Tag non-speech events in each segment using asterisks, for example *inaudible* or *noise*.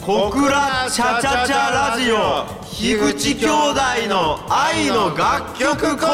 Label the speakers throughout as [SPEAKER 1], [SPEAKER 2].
[SPEAKER 1] 小倉チャチャチャラジオ樋口兄弟の愛の楽曲工房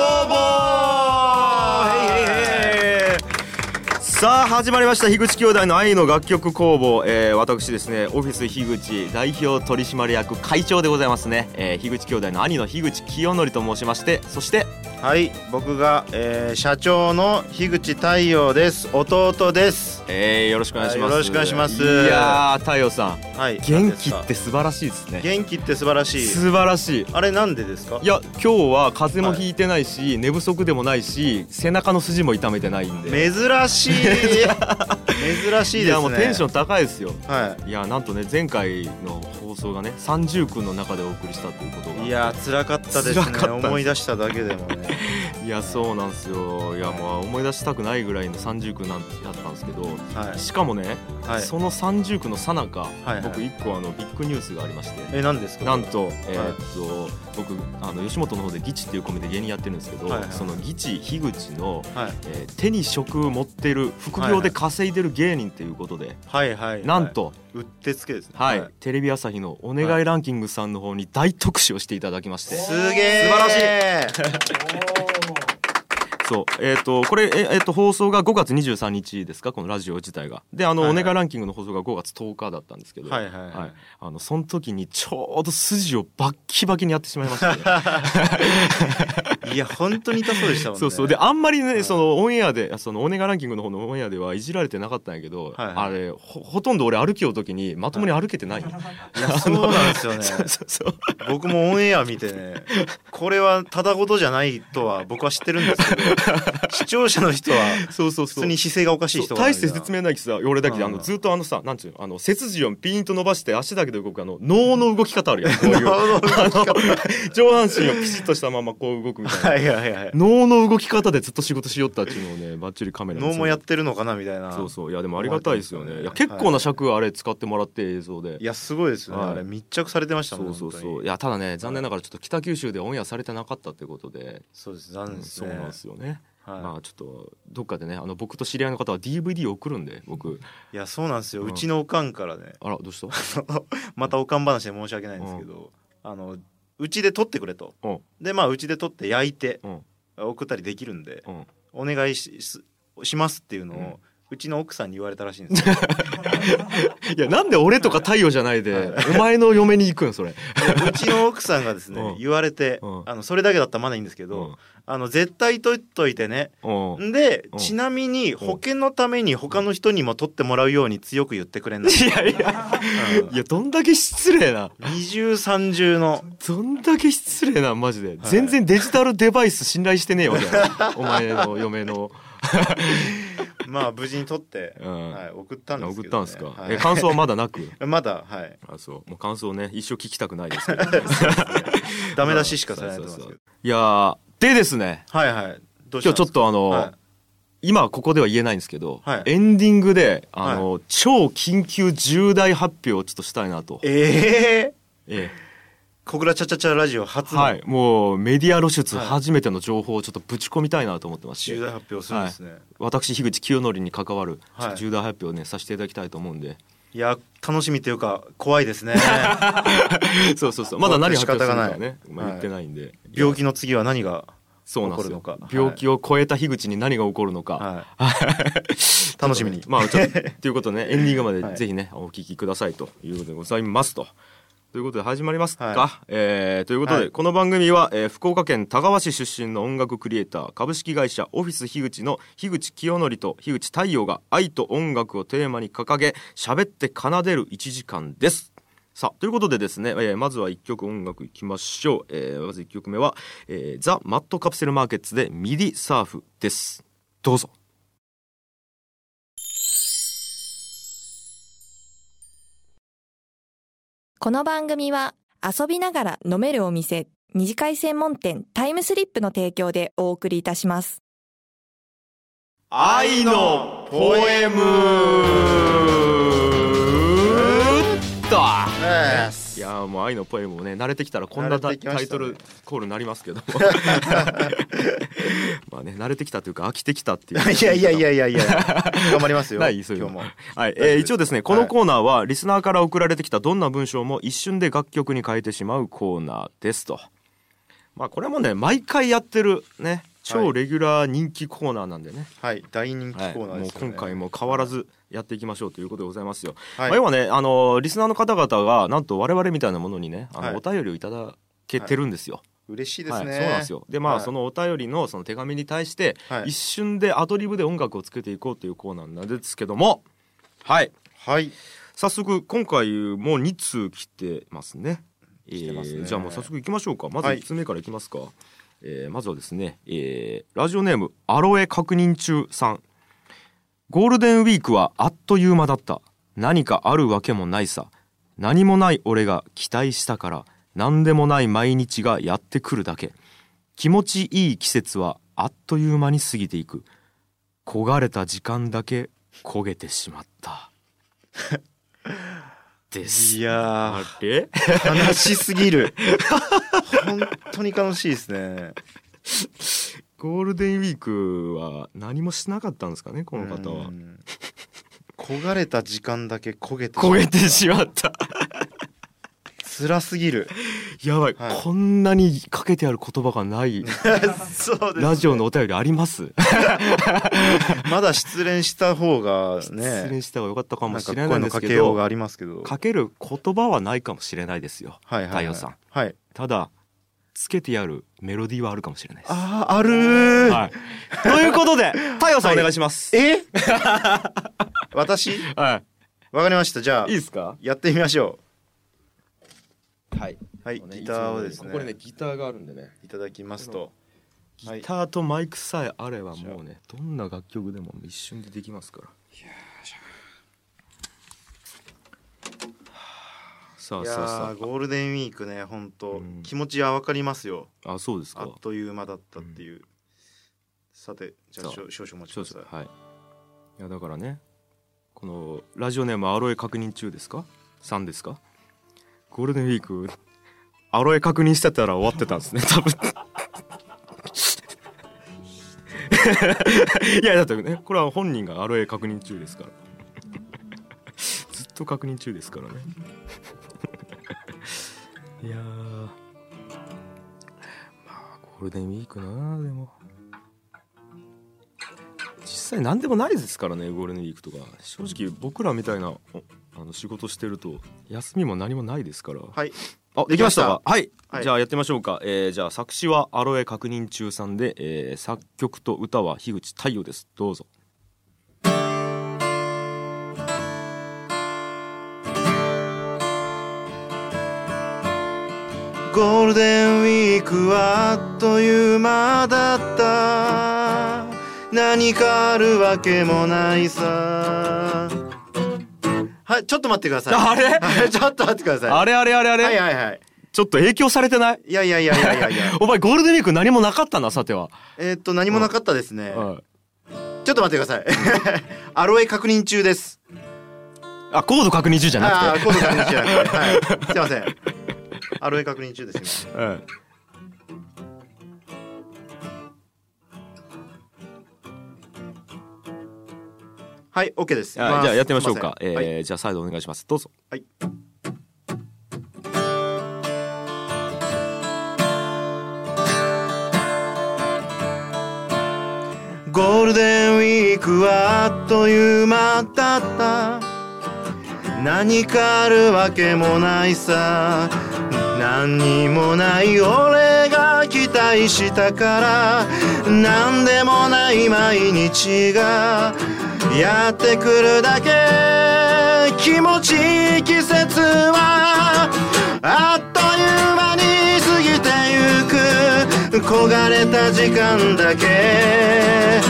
[SPEAKER 1] さあ始まりました樋口兄弟の愛の楽曲工房、えー、私ですねオフィス樋口代表取締役会長でございますね、えー、樋口兄弟の兄の樋口清則と申しましてそして
[SPEAKER 2] はい僕が、えー、社長の樋口太陽です弟です
[SPEAKER 1] えー、よろしくお願いします。
[SPEAKER 2] はいよろしくお願いします
[SPEAKER 1] やー、太陽さん、
[SPEAKER 2] はい
[SPEAKER 1] 元気
[SPEAKER 2] 何
[SPEAKER 1] っ
[SPEAKER 2] で
[SPEAKER 1] て
[SPEAKER 2] す
[SPEAKER 1] 素晴らしいです
[SPEAKER 2] か
[SPEAKER 1] ね。
[SPEAKER 2] 元気って素晴らしい
[SPEAKER 1] 素晴らしい。
[SPEAKER 2] あれなんでですか
[SPEAKER 1] いや、今日は風邪もひいてないし、寝不足でもないし、背中の筋も痛めてないんで。
[SPEAKER 2] 珍しい珍しいですね
[SPEAKER 1] いや、もうテンション高いですよ。
[SPEAKER 2] はい
[SPEAKER 1] や、なんとね、前回の放送がね、三十区の中でお送りしたということが。
[SPEAKER 2] いいやー辛かったです
[SPEAKER 1] 辛
[SPEAKER 2] ね
[SPEAKER 1] かったです
[SPEAKER 2] 思い出しただけでもね
[SPEAKER 1] いや、そうなんですよ。いや、もう思い出したくないぐらいの三十区なんだったんですけど。
[SPEAKER 2] はい
[SPEAKER 1] しかもね、
[SPEAKER 2] はい
[SPEAKER 1] その三十区の最中、
[SPEAKER 2] はい
[SPEAKER 1] 僕一個あのビッグニュースがありまして。
[SPEAKER 2] え何ですか
[SPEAKER 1] なんと、えーっと僕あの吉本の方で「ギチ」っていうコメで芸人やってるんですけど、
[SPEAKER 2] はいはい
[SPEAKER 1] その「ギチ」樋口の、
[SPEAKER 2] はい
[SPEAKER 1] えー手に職持ってる副
[SPEAKER 2] はい
[SPEAKER 1] 業
[SPEAKER 2] は
[SPEAKER 1] で
[SPEAKER 2] い
[SPEAKER 1] 稼いでる芸人ということで、
[SPEAKER 2] はいはい
[SPEAKER 1] なんと、
[SPEAKER 2] うってつけですね
[SPEAKER 1] はいテレビ朝日の「お願いランキング」さんの方に大特集をしていただきまして、
[SPEAKER 2] すげえ
[SPEAKER 1] 素
[SPEAKER 2] 晴らしい
[SPEAKER 1] そうえーっとこれ、ええーっと放送が5月23日ですかこのラジオ自体が。であの、
[SPEAKER 2] はいはい
[SPEAKER 1] お願いランキング」の放送が5月10日だったんですけど。
[SPEAKER 2] はいはいはい
[SPEAKER 1] はい、あのその時にちょうど筋をバッキバキにやってしま
[SPEAKER 2] *laughs*
[SPEAKER 1] いまして
[SPEAKER 2] いや本当に痛そうでしたも
[SPEAKER 1] *laughs*
[SPEAKER 2] んね
[SPEAKER 1] そうそうであんまりね、
[SPEAKER 2] はい
[SPEAKER 1] そのオンエアでそのオネガランキングの方のオンエアではいじられてなかったんやけど、
[SPEAKER 2] はいはい
[SPEAKER 1] あれほほとんど俺歩きようときにまともに歩けてない、
[SPEAKER 2] いやそうなんですよ
[SPEAKER 1] *laughs*
[SPEAKER 2] ね
[SPEAKER 1] そうそうそう
[SPEAKER 2] 僕もオンエア見てねこれはただごとじゃないとは僕は知ってるんですけど視聴者の人は
[SPEAKER 1] そうそう
[SPEAKER 2] 普
[SPEAKER 1] そう
[SPEAKER 2] 通に姿勢がおかしい
[SPEAKER 1] そ
[SPEAKER 2] 人
[SPEAKER 1] う
[SPEAKER 2] が
[SPEAKER 1] 大して説明ないきさ俺だけであの
[SPEAKER 2] うん
[SPEAKER 1] ずっとあのさなんちゅうのあの背筋をピーンと伸ばして足だけで動くあの脳の動き方あるやん
[SPEAKER 2] *laughs*
[SPEAKER 1] こういう
[SPEAKER 2] 脳の動き
[SPEAKER 1] あの *laughs* 上半身をピシッとしたままこう動くみたいな、
[SPEAKER 2] はいはい
[SPEAKER 1] *laughs*
[SPEAKER 2] はい
[SPEAKER 1] 脳の動き方でずっと仕事しよったっていうのをねバッチリカメラに
[SPEAKER 2] 脳もやってるのかなみたいな
[SPEAKER 1] そうそういやでもありがたいですよねいや
[SPEAKER 2] はい
[SPEAKER 1] 結構な尺あれ使ってもらって映像で、
[SPEAKER 2] いやすごいですよね、
[SPEAKER 1] はい
[SPEAKER 2] あれ密着されてました
[SPEAKER 1] そ
[SPEAKER 2] もん
[SPEAKER 1] うそう
[SPEAKER 2] 本
[SPEAKER 1] そ
[SPEAKER 2] 当
[SPEAKER 1] う
[SPEAKER 2] に
[SPEAKER 1] いやただね残念ながらちょっと北九州でオンエアされてなかったということで、
[SPEAKER 2] そうです残
[SPEAKER 1] う
[SPEAKER 2] 念
[SPEAKER 1] ん
[SPEAKER 2] です
[SPEAKER 1] そ
[SPEAKER 2] ね
[SPEAKER 1] うなんですよね、
[SPEAKER 2] はい
[SPEAKER 1] まあちょっとどっかでねあの僕と知り合いの方は DVD 送るんで僕
[SPEAKER 2] いやそうなんですよ、
[SPEAKER 1] う
[SPEAKER 2] うんちのおかんからね
[SPEAKER 1] あらどうした
[SPEAKER 2] またおかん話で申し訳ないんですけど、あのうちで撮ってくれと
[SPEAKER 1] うん
[SPEAKER 2] でまあうちで撮って焼いて
[SPEAKER 1] うん
[SPEAKER 2] 送ったりできるんで
[SPEAKER 1] うん
[SPEAKER 2] お願いしししますっていうのを、
[SPEAKER 1] う
[SPEAKER 2] うんちの奥さんに言われたらしいんですよ
[SPEAKER 1] いやなんで俺とか太陽じゃないで、お前の嫁に行くんそれ、
[SPEAKER 2] うちの奥さんがですね、
[SPEAKER 1] うん
[SPEAKER 2] 言われて、
[SPEAKER 1] うん
[SPEAKER 2] あのそれだけだったらまだいいんですけ
[SPEAKER 1] う
[SPEAKER 2] ど、
[SPEAKER 1] ん
[SPEAKER 2] あの絶対取っといてね
[SPEAKER 1] うん、
[SPEAKER 2] んで、
[SPEAKER 1] うん
[SPEAKER 2] ちなみに保険のために他の人にも取ってもらうように強く言ってくれんの、
[SPEAKER 1] いやいやいやどんだけ失礼な
[SPEAKER 2] うん二重三重の
[SPEAKER 1] どんだけ失礼なマジで、
[SPEAKER 2] はい
[SPEAKER 1] 全然デジタルデバイス信頼してねえよみたいなお前の嫁の、
[SPEAKER 2] まあ無事に取って、
[SPEAKER 1] *laughs* うん
[SPEAKER 2] はい、送ったんです
[SPEAKER 1] 送っ
[SPEAKER 2] け
[SPEAKER 1] た
[SPEAKER 2] ど、
[SPEAKER 1] んで
[SPEAKER 2] ね、
[SPEAKER 1] すか、
[SPEAKER 2] はい
[SPEAKER 1] え感想はまだな
[SPEAKER 2] *laughs*
[SPEAKER 1] く
[SPEAKER 2] まだはい
[SPEAKER 1] あそうもう感想ね一生聞きたくないですけ *laughs* ど
[SPEAKER 2] ダメ出ししかされないと思うん
[SPEAKER 1] そうそうそ
[SPEAKER 2] ですけど
[SPEAKER 1] ういやーでですね
[SPEAKER 2] はいはいどうした
[SPEAKER 1] 今日ちょっ
[SPEAKER 2] んですか
[SPEAKER 1] とあの、
[SPEAKER 2] はい
[SPEAKER 1] 今ここでは言えないんですけど、
[SPEAKER 2] はい
[SPEAKER 1] エンディングであの、超緊急重大発表をちょっとしたいなと、
[SPEAKER 2] ええ
[SPEAKER 1] え
[SPEAKER 2] 小倉チャチャチャラジオ初
[SPEAKER 1] え
[SPEAKER 2] の
[SPEAKER 1] はい、もうメディア露出
[SPEAKER 2] はい
[SPEAKER 1] 初めての情報をちょっとぶち込みたいなと思ってまして、
[SPEAKER 2] 重大発表するんですね、
[SPEAKER 1] 私樋口清則に関わるちょっと
[SPEAKER 2] はい
[SPEAKER 1] 重大発表をね、させていただきたいと思
[SPEAKER 2] *laughs*
[SPEAKER 1] うんで
[SPEAKER 2] いや楽しみというか怖いです
[SPEAKER 1] *laughs*
[SPEAKER 2] ね
[SPEAKER 1] そうそうそうまだ何発表するかは
[SPEAKER 2] 仕方がな
[SPEAKER 1] ね
[SPEAKER 2] い、
[SPEAKER 1] まあ、言ってないんで、
[SPEAKER 2] 病気の次は何が
[SPEAKER 1] そうなんですよ
[SPEAKER 2] 起こるのか
[SPEAKER 1] 病気を超えた樋口に何が起こるのか、
[SPEAKER 2] はい *laughs* 楽しみに
[SPEAKER 1] まあちょっとということ
[SPEAKER 2] *laughs*
[SPEAKER 1] でねエンディングまで
[SPEAKER 2] はい
[SPEAKER 1] ぜひね、お聞きくださいということでございますと。ということで始まりますか、
[SPEAKER 2] は
[SPEAKER 1] えーということで、
[SPEAKER 2] はい
[SPEAKER 1] この番組は、えー福岡県田川市出身の音楽クリエイター株式会社オフィス樋口の樋口清則と樋口太陽が愛と音楽をテーマに掲げ喋って奏でる1時間です。さあということでですね、えーまずは1曲音楽いきましょう、えーまず1曲目は、えーザ・マットカプセルマーケッツでミディサーフですどうぞ
[SPEAKER 3] この番組は遊びながら飲めるお店、二次会専門店タイムスリップの提供でお送りいたします。
[SPEAKER 1] 愛のポエムといややーもう愛のポエムもね慣れてきたらこんな
[SPEAKER 2] 慣
[SPEAKER 1] タ,、
[SPEAKER 2] れてきま
[SPEAKER 1] タイ
[SPEAKER 2] した
[SPEAKER 1] ト
[SPEAKER 2] ね
[SPEAKER 1] ルコールになりますけ
[SPEAKER 2] *laughs*
[SPEAKER 1] どもまあね慣れてきたというか飽きてきたっていう
[SPEAKER 2] いやいやいや
[SPEAKER 1] *laughs*
[SPEAKER 2] いやいや頑張りますよ
[SPEAKER 1] ないそういう
[SPEAKER 2] 今
[SPEAKER 1] の
[SPEAKER 2] 日も
[SPEAKER 1] はい、えー
[SPEAKER 2] 大丈夫です
[SPEAKER 1] 一応ですねこのコーナーはリスナーから送られてきたどんな文章も一瞬で楽曲に変えてしまうコーナーですとまあこれもね毎回やってるね超レギュラー人気コーナーなんでね、
[SPEAKER 2] はい大人気
[SPEAKER 1] はい
[SPEAKER 2] コー
[SPEAKER 1] も
[SPEAKER 2] ナーで
[SPEAKER 1] う
[SPEAKER 2] すよね
[SPEAKER 1] 今回も変わらずやっていきましょうということでございますよ、
[SPEAKER 2] はい
[SPEAKER 1] まあ、要はねあのーリスナーの方々がなんと我々みたいなものにねあの、
[SPEAKER 2] はい
[SPEAKER 1] お便りをいただけてるんですよ、
[SPEAKER 2] 嬉しいで
[SPEAKER 1] は
[SPEAKER 2] す
[SPEAKER 1] い
[SPEAKER 2] ね
[SPEAKER 1] そうなんですよでまあ、
[SPEAKER 2] はい
[SPEAKER 1] そのお便りのその手紙に対して、
[SPEAKER 2] はい
[SPEAKER 1] 一瞬でアドリブで音楽をつけていこうというコーナーなんですけどもはい
[SPEAKER 2] はい
[SPEAKER 1] 早速今回もう2通来てますね。え
[SPEAKER 2] 来てますね
[SPEAKER 1] ーじゃあもう早速行きましょうかまず
[SPEAKER 2] はい
[SPEAKER 1] 1つ目からいきますか、えーまずはですね、えーラジオネームアロエ確認中さんゴールデンウィークはあっという間だった何かあるわけもないさ何もない俺が期待したから何でもない毎日がやってくるだけ気持ちいい季節はあっという間に過ぎていく焦がれた時間だけ焦げてしまった
[SPEAKER 2] *laughs*
[SPEAKER 1] です
[SPEAKER 2] いや
[SPEAKER 1] あれ
[SPEAKER 2] ー悲しすぎる *laughs* 本当に悲しいですね
[SPEAKER 1] ゴールデンウィークは何もしなかったんですかねこの方は
[SPEAKER 2] うん焦がれた時間だけ焦げて
[SPEAKER 1] 焦げてしまった
[SPEAKER 2] 辛すぎる
[SPEAKER 1] *laughs* やばい、
[SPEAKER 2] はい
[SPEAKER 1] こんなにかけてある言葉が
[SPEAKER 2] *laughs*
[SPEAKER 1] ない
[SPEAKER 2] *laughs* そう
[SPEAKER 1] ラジオのお便りあります
[SPEAKER 2] まだ失恋した方がね
[SPEAKER 1] 失礼した方が良かったか
[SPEAKER 2] な
[SPEAKER 1] も
[SPEAKER 2] ん
[SPEAKER 1] し
[SPEAKER 2] か
[SPEAKER 1] れない
[SPEAKER 2] 声
[SPEAKER 1] ん
[SPEAKER 2] の
[SPEAKER 1] です
[SPEAKER 2] か
[SPEAKER 1] け
[SPEAKER 2] けよう
[SPEAKER 1] ど
[SPEAKER 2] が
[SPEAKER 1] か
[SPEAKER 2] ありますけど
[SPEAKER 1] ける言葉はないかもしれないですよ
[SPEAKER 2] はいはいはい
[SPEAKER 1] 太陽さん
[SPEAKER 2] はい
[SPEAKER 1] ただつけてやるメロディーはあるかもしれないです
[SPEAKER 2] あーあるー、
[SPEAKER 1] はい、ということで太陽さんお願いします、 *laughs*
[SPEAKER 2] え私
[SPEAKER 1] は
[SPEAKER 2] わかりましたじゃあ
[SPEAKER 1] い、いいですか
[SPEAKER 2] やってみましょ
[SPEAKER 1] はいう
[SPEAKER 2] はいギターをですね
[SPEAKER 1] ギターがあるんでね
[SPEAKER 2] いただきますと
[SPEAKER 1] ギターとマイクさえあればもうねどんな楽曲でも一瞬でできますからさ
[SPEAKER 2] い
[SPEAKER 1] あ
[SPEAKER 2] や
[SPEAKER 1] さあさ
[SPEAKER 2] ーゴールデンウィークね本当
[SPEAKER 1] うん
[SPEAKER 2] 気持ちはわかりますよ
[SPEAKER 1] ああそうです
[SPEAKER 2] あ
[SPEAKER 1] か
[SPEAKER 2] っという間だったっていうさてじゃあ
[SPEAKER 1] さ
[SPEAKER 2] 少々お待ち
[SPEAKER 1] そう
[SPEAKER 2] く
[SPEAKER 1] で
[SPEAKER 2] だ
[SPEAKER 1] す
[SPEAKER 2] さい
[SPEAKER 1] はいいやだからねこのラジオネームアロエ確認中ですか3ですかゴールデンウィークアロエ確認してたら終わってたんですね多分いやだってねこれは本人がアロエ確認中ですからずっと確認中ですからね *laughs* いやーまあゴールデンウィークなあでも実際何でもないですからねゴールデンウィークとか正直僕らみたいなおあの仕事してると休みも何もないですから、
[SPEAKER 2] はい
[SPEAKER 1] あできましたかはい、
[SPEAKER 2] はい
[SPEAKER 1] じゃあやってみましょうか、えーじゃあ作詞はアロエ確認中さんで、えー作曲と歌は樋口太陽ですどうぞ
[SPEAKER 2] ゴールデンウィークはあっという間だった何かあるわけもないさはいちょっと待ってください
[SPEAKER 1] あれ
[SPEAKER 2] はい *laughs* ちょっと待ってください
[SPEAKER 1] あれあれあれあれ、
[SPEAKER 2] はいはいはい
[SPEAKER 1] ちょっと影響されてない
[SPEAKER 2] いやいやいやいやいやいや
[SPEAKER 1] *laughs* お前ゴールデンウィーク何もなかったなさては、
[SPEAKER 2] えーっと何もなかったですね
[SPEAKER 1] はい
[SPEAKER 2] ちょっと待ってくださいアロエ確認中です
[SPEAKER 1] あコード確認中じゃ
[SPEAKER 2] あ
[SPEAKER 1] な
[SPEAKER 2] あーコード確認中じゃなく
[SPEAKER 1] *laughs*
[SPEAKER 2] てはいすいませんアロエ確認中です
[SPEAKER 1] くて、はい
[SPEAKER 2] 今はいオッケーです
[SPEAKER 1] あじゃあやってみましょう
[SPEAKER 2] すい
[SPEAKER 1] か、
[SPEAKER 2] せん
[SPEAKER 1] えー
[SPEAKER 2] はい
[SPEAKER 1] じゃあ再度お願いしますどうぞ
[SPEAKER 2] ゴールデンウィークはあっという間だった何かあるわけもないさ何にもない俺が期待したから何でもない毎日がやってくるだけ気持ちいい季節はあっという間に過ぎてゆく焦がれた時間だけ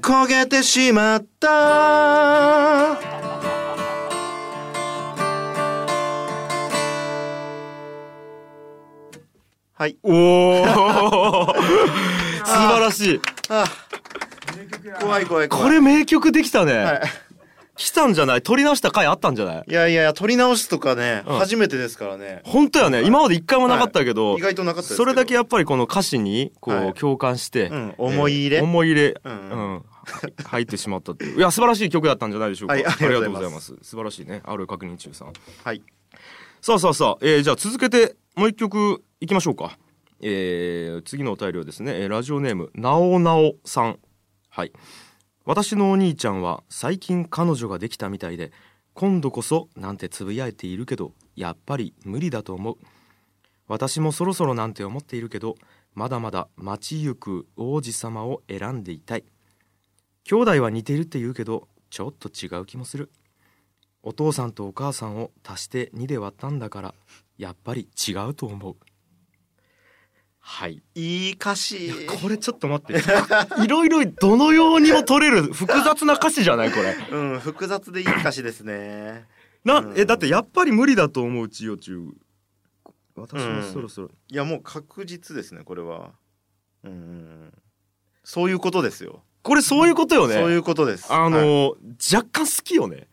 [SPEAKER 2] 焦げてしまったはい
[SPEAKER 1] おお素晴らしい
[SPEAKER 2] あ怖い怖い怖い
[SPEAKER 1] これ名曲できたね、
[SPEAKER 2] はい
[SPEAKER 1] 来たんじゃない取り直した回あったんじゃない
[SPEAKER 2] いやいやいや撮り直すとかね、
[SPEAKER 1] うん
[SPEAKER 2] 初めてですからね
[SPEAKER 1] 本当やね今まで一回もなかったけど、
[SPEAKER 2] 意外となかったですけど
[SPEAKER 1] それだけやっぱりこの歌詞にこう、
[SPEAKER 2] はい
[SPEAKER 1] 共感して、
[SPEAKER 2] うん思い入れ
[SPEAKER 1] えー思い入れ、
[SPEAKER 2] う
[SPEAKER 1] うんん入ってしまったっていういや素晴らしい曲だったんじゃないでしょうか、
[SPEAKER 2] はいありがとうござい
[SPEAKER 1] ありがとう
[SPEAKER 2] ます
[SPEAKER 1] ございます素晴らしいねある確認中さん
[SPEAKER 2] はい
[SPEAKER 1] さあさあさあ、えーじゃあ続けてもう一曲いきましょうか、えー次のお便りはですね、えーラジオネームなおなおさんはい私のお兄ちゃんは最近彼女ができたみたいで今度こそなんてつぶやいているけどやっぱり無理だと思う私もそろそろなんて思っているけどまだまだ街行く王子様を選んでいたい兄弟は似ているって言うけどちょっと違う気もするお父さんとお母さんを足して2で割ったんだからやっぱり違うと思うはい
[SPEAKER 2] いい歌詞
[SPEAKER 1] これちょっと待って *laughs* いろいろどのようにも取れる複雑な歌詞じゃないこれ
[SPEAKER 2] うん複雑でいい歌詞ですね
[SPEAKER 1] な
[SPEAKER 2] うん
[SPEAKER 1] えだってやっぱり無理だと思うちよちゅう私もそろそろ、
[SPEAKER 2] いやもう確実ですねこれはうんそういうことですよ
[SPEAKER 1] これそういうことよね
[SPEAKER 2] そういうことです
[SPEAKER 1] あの
[SPEAKER 2] はい
[SPEAKER 1] ー、若干好きよね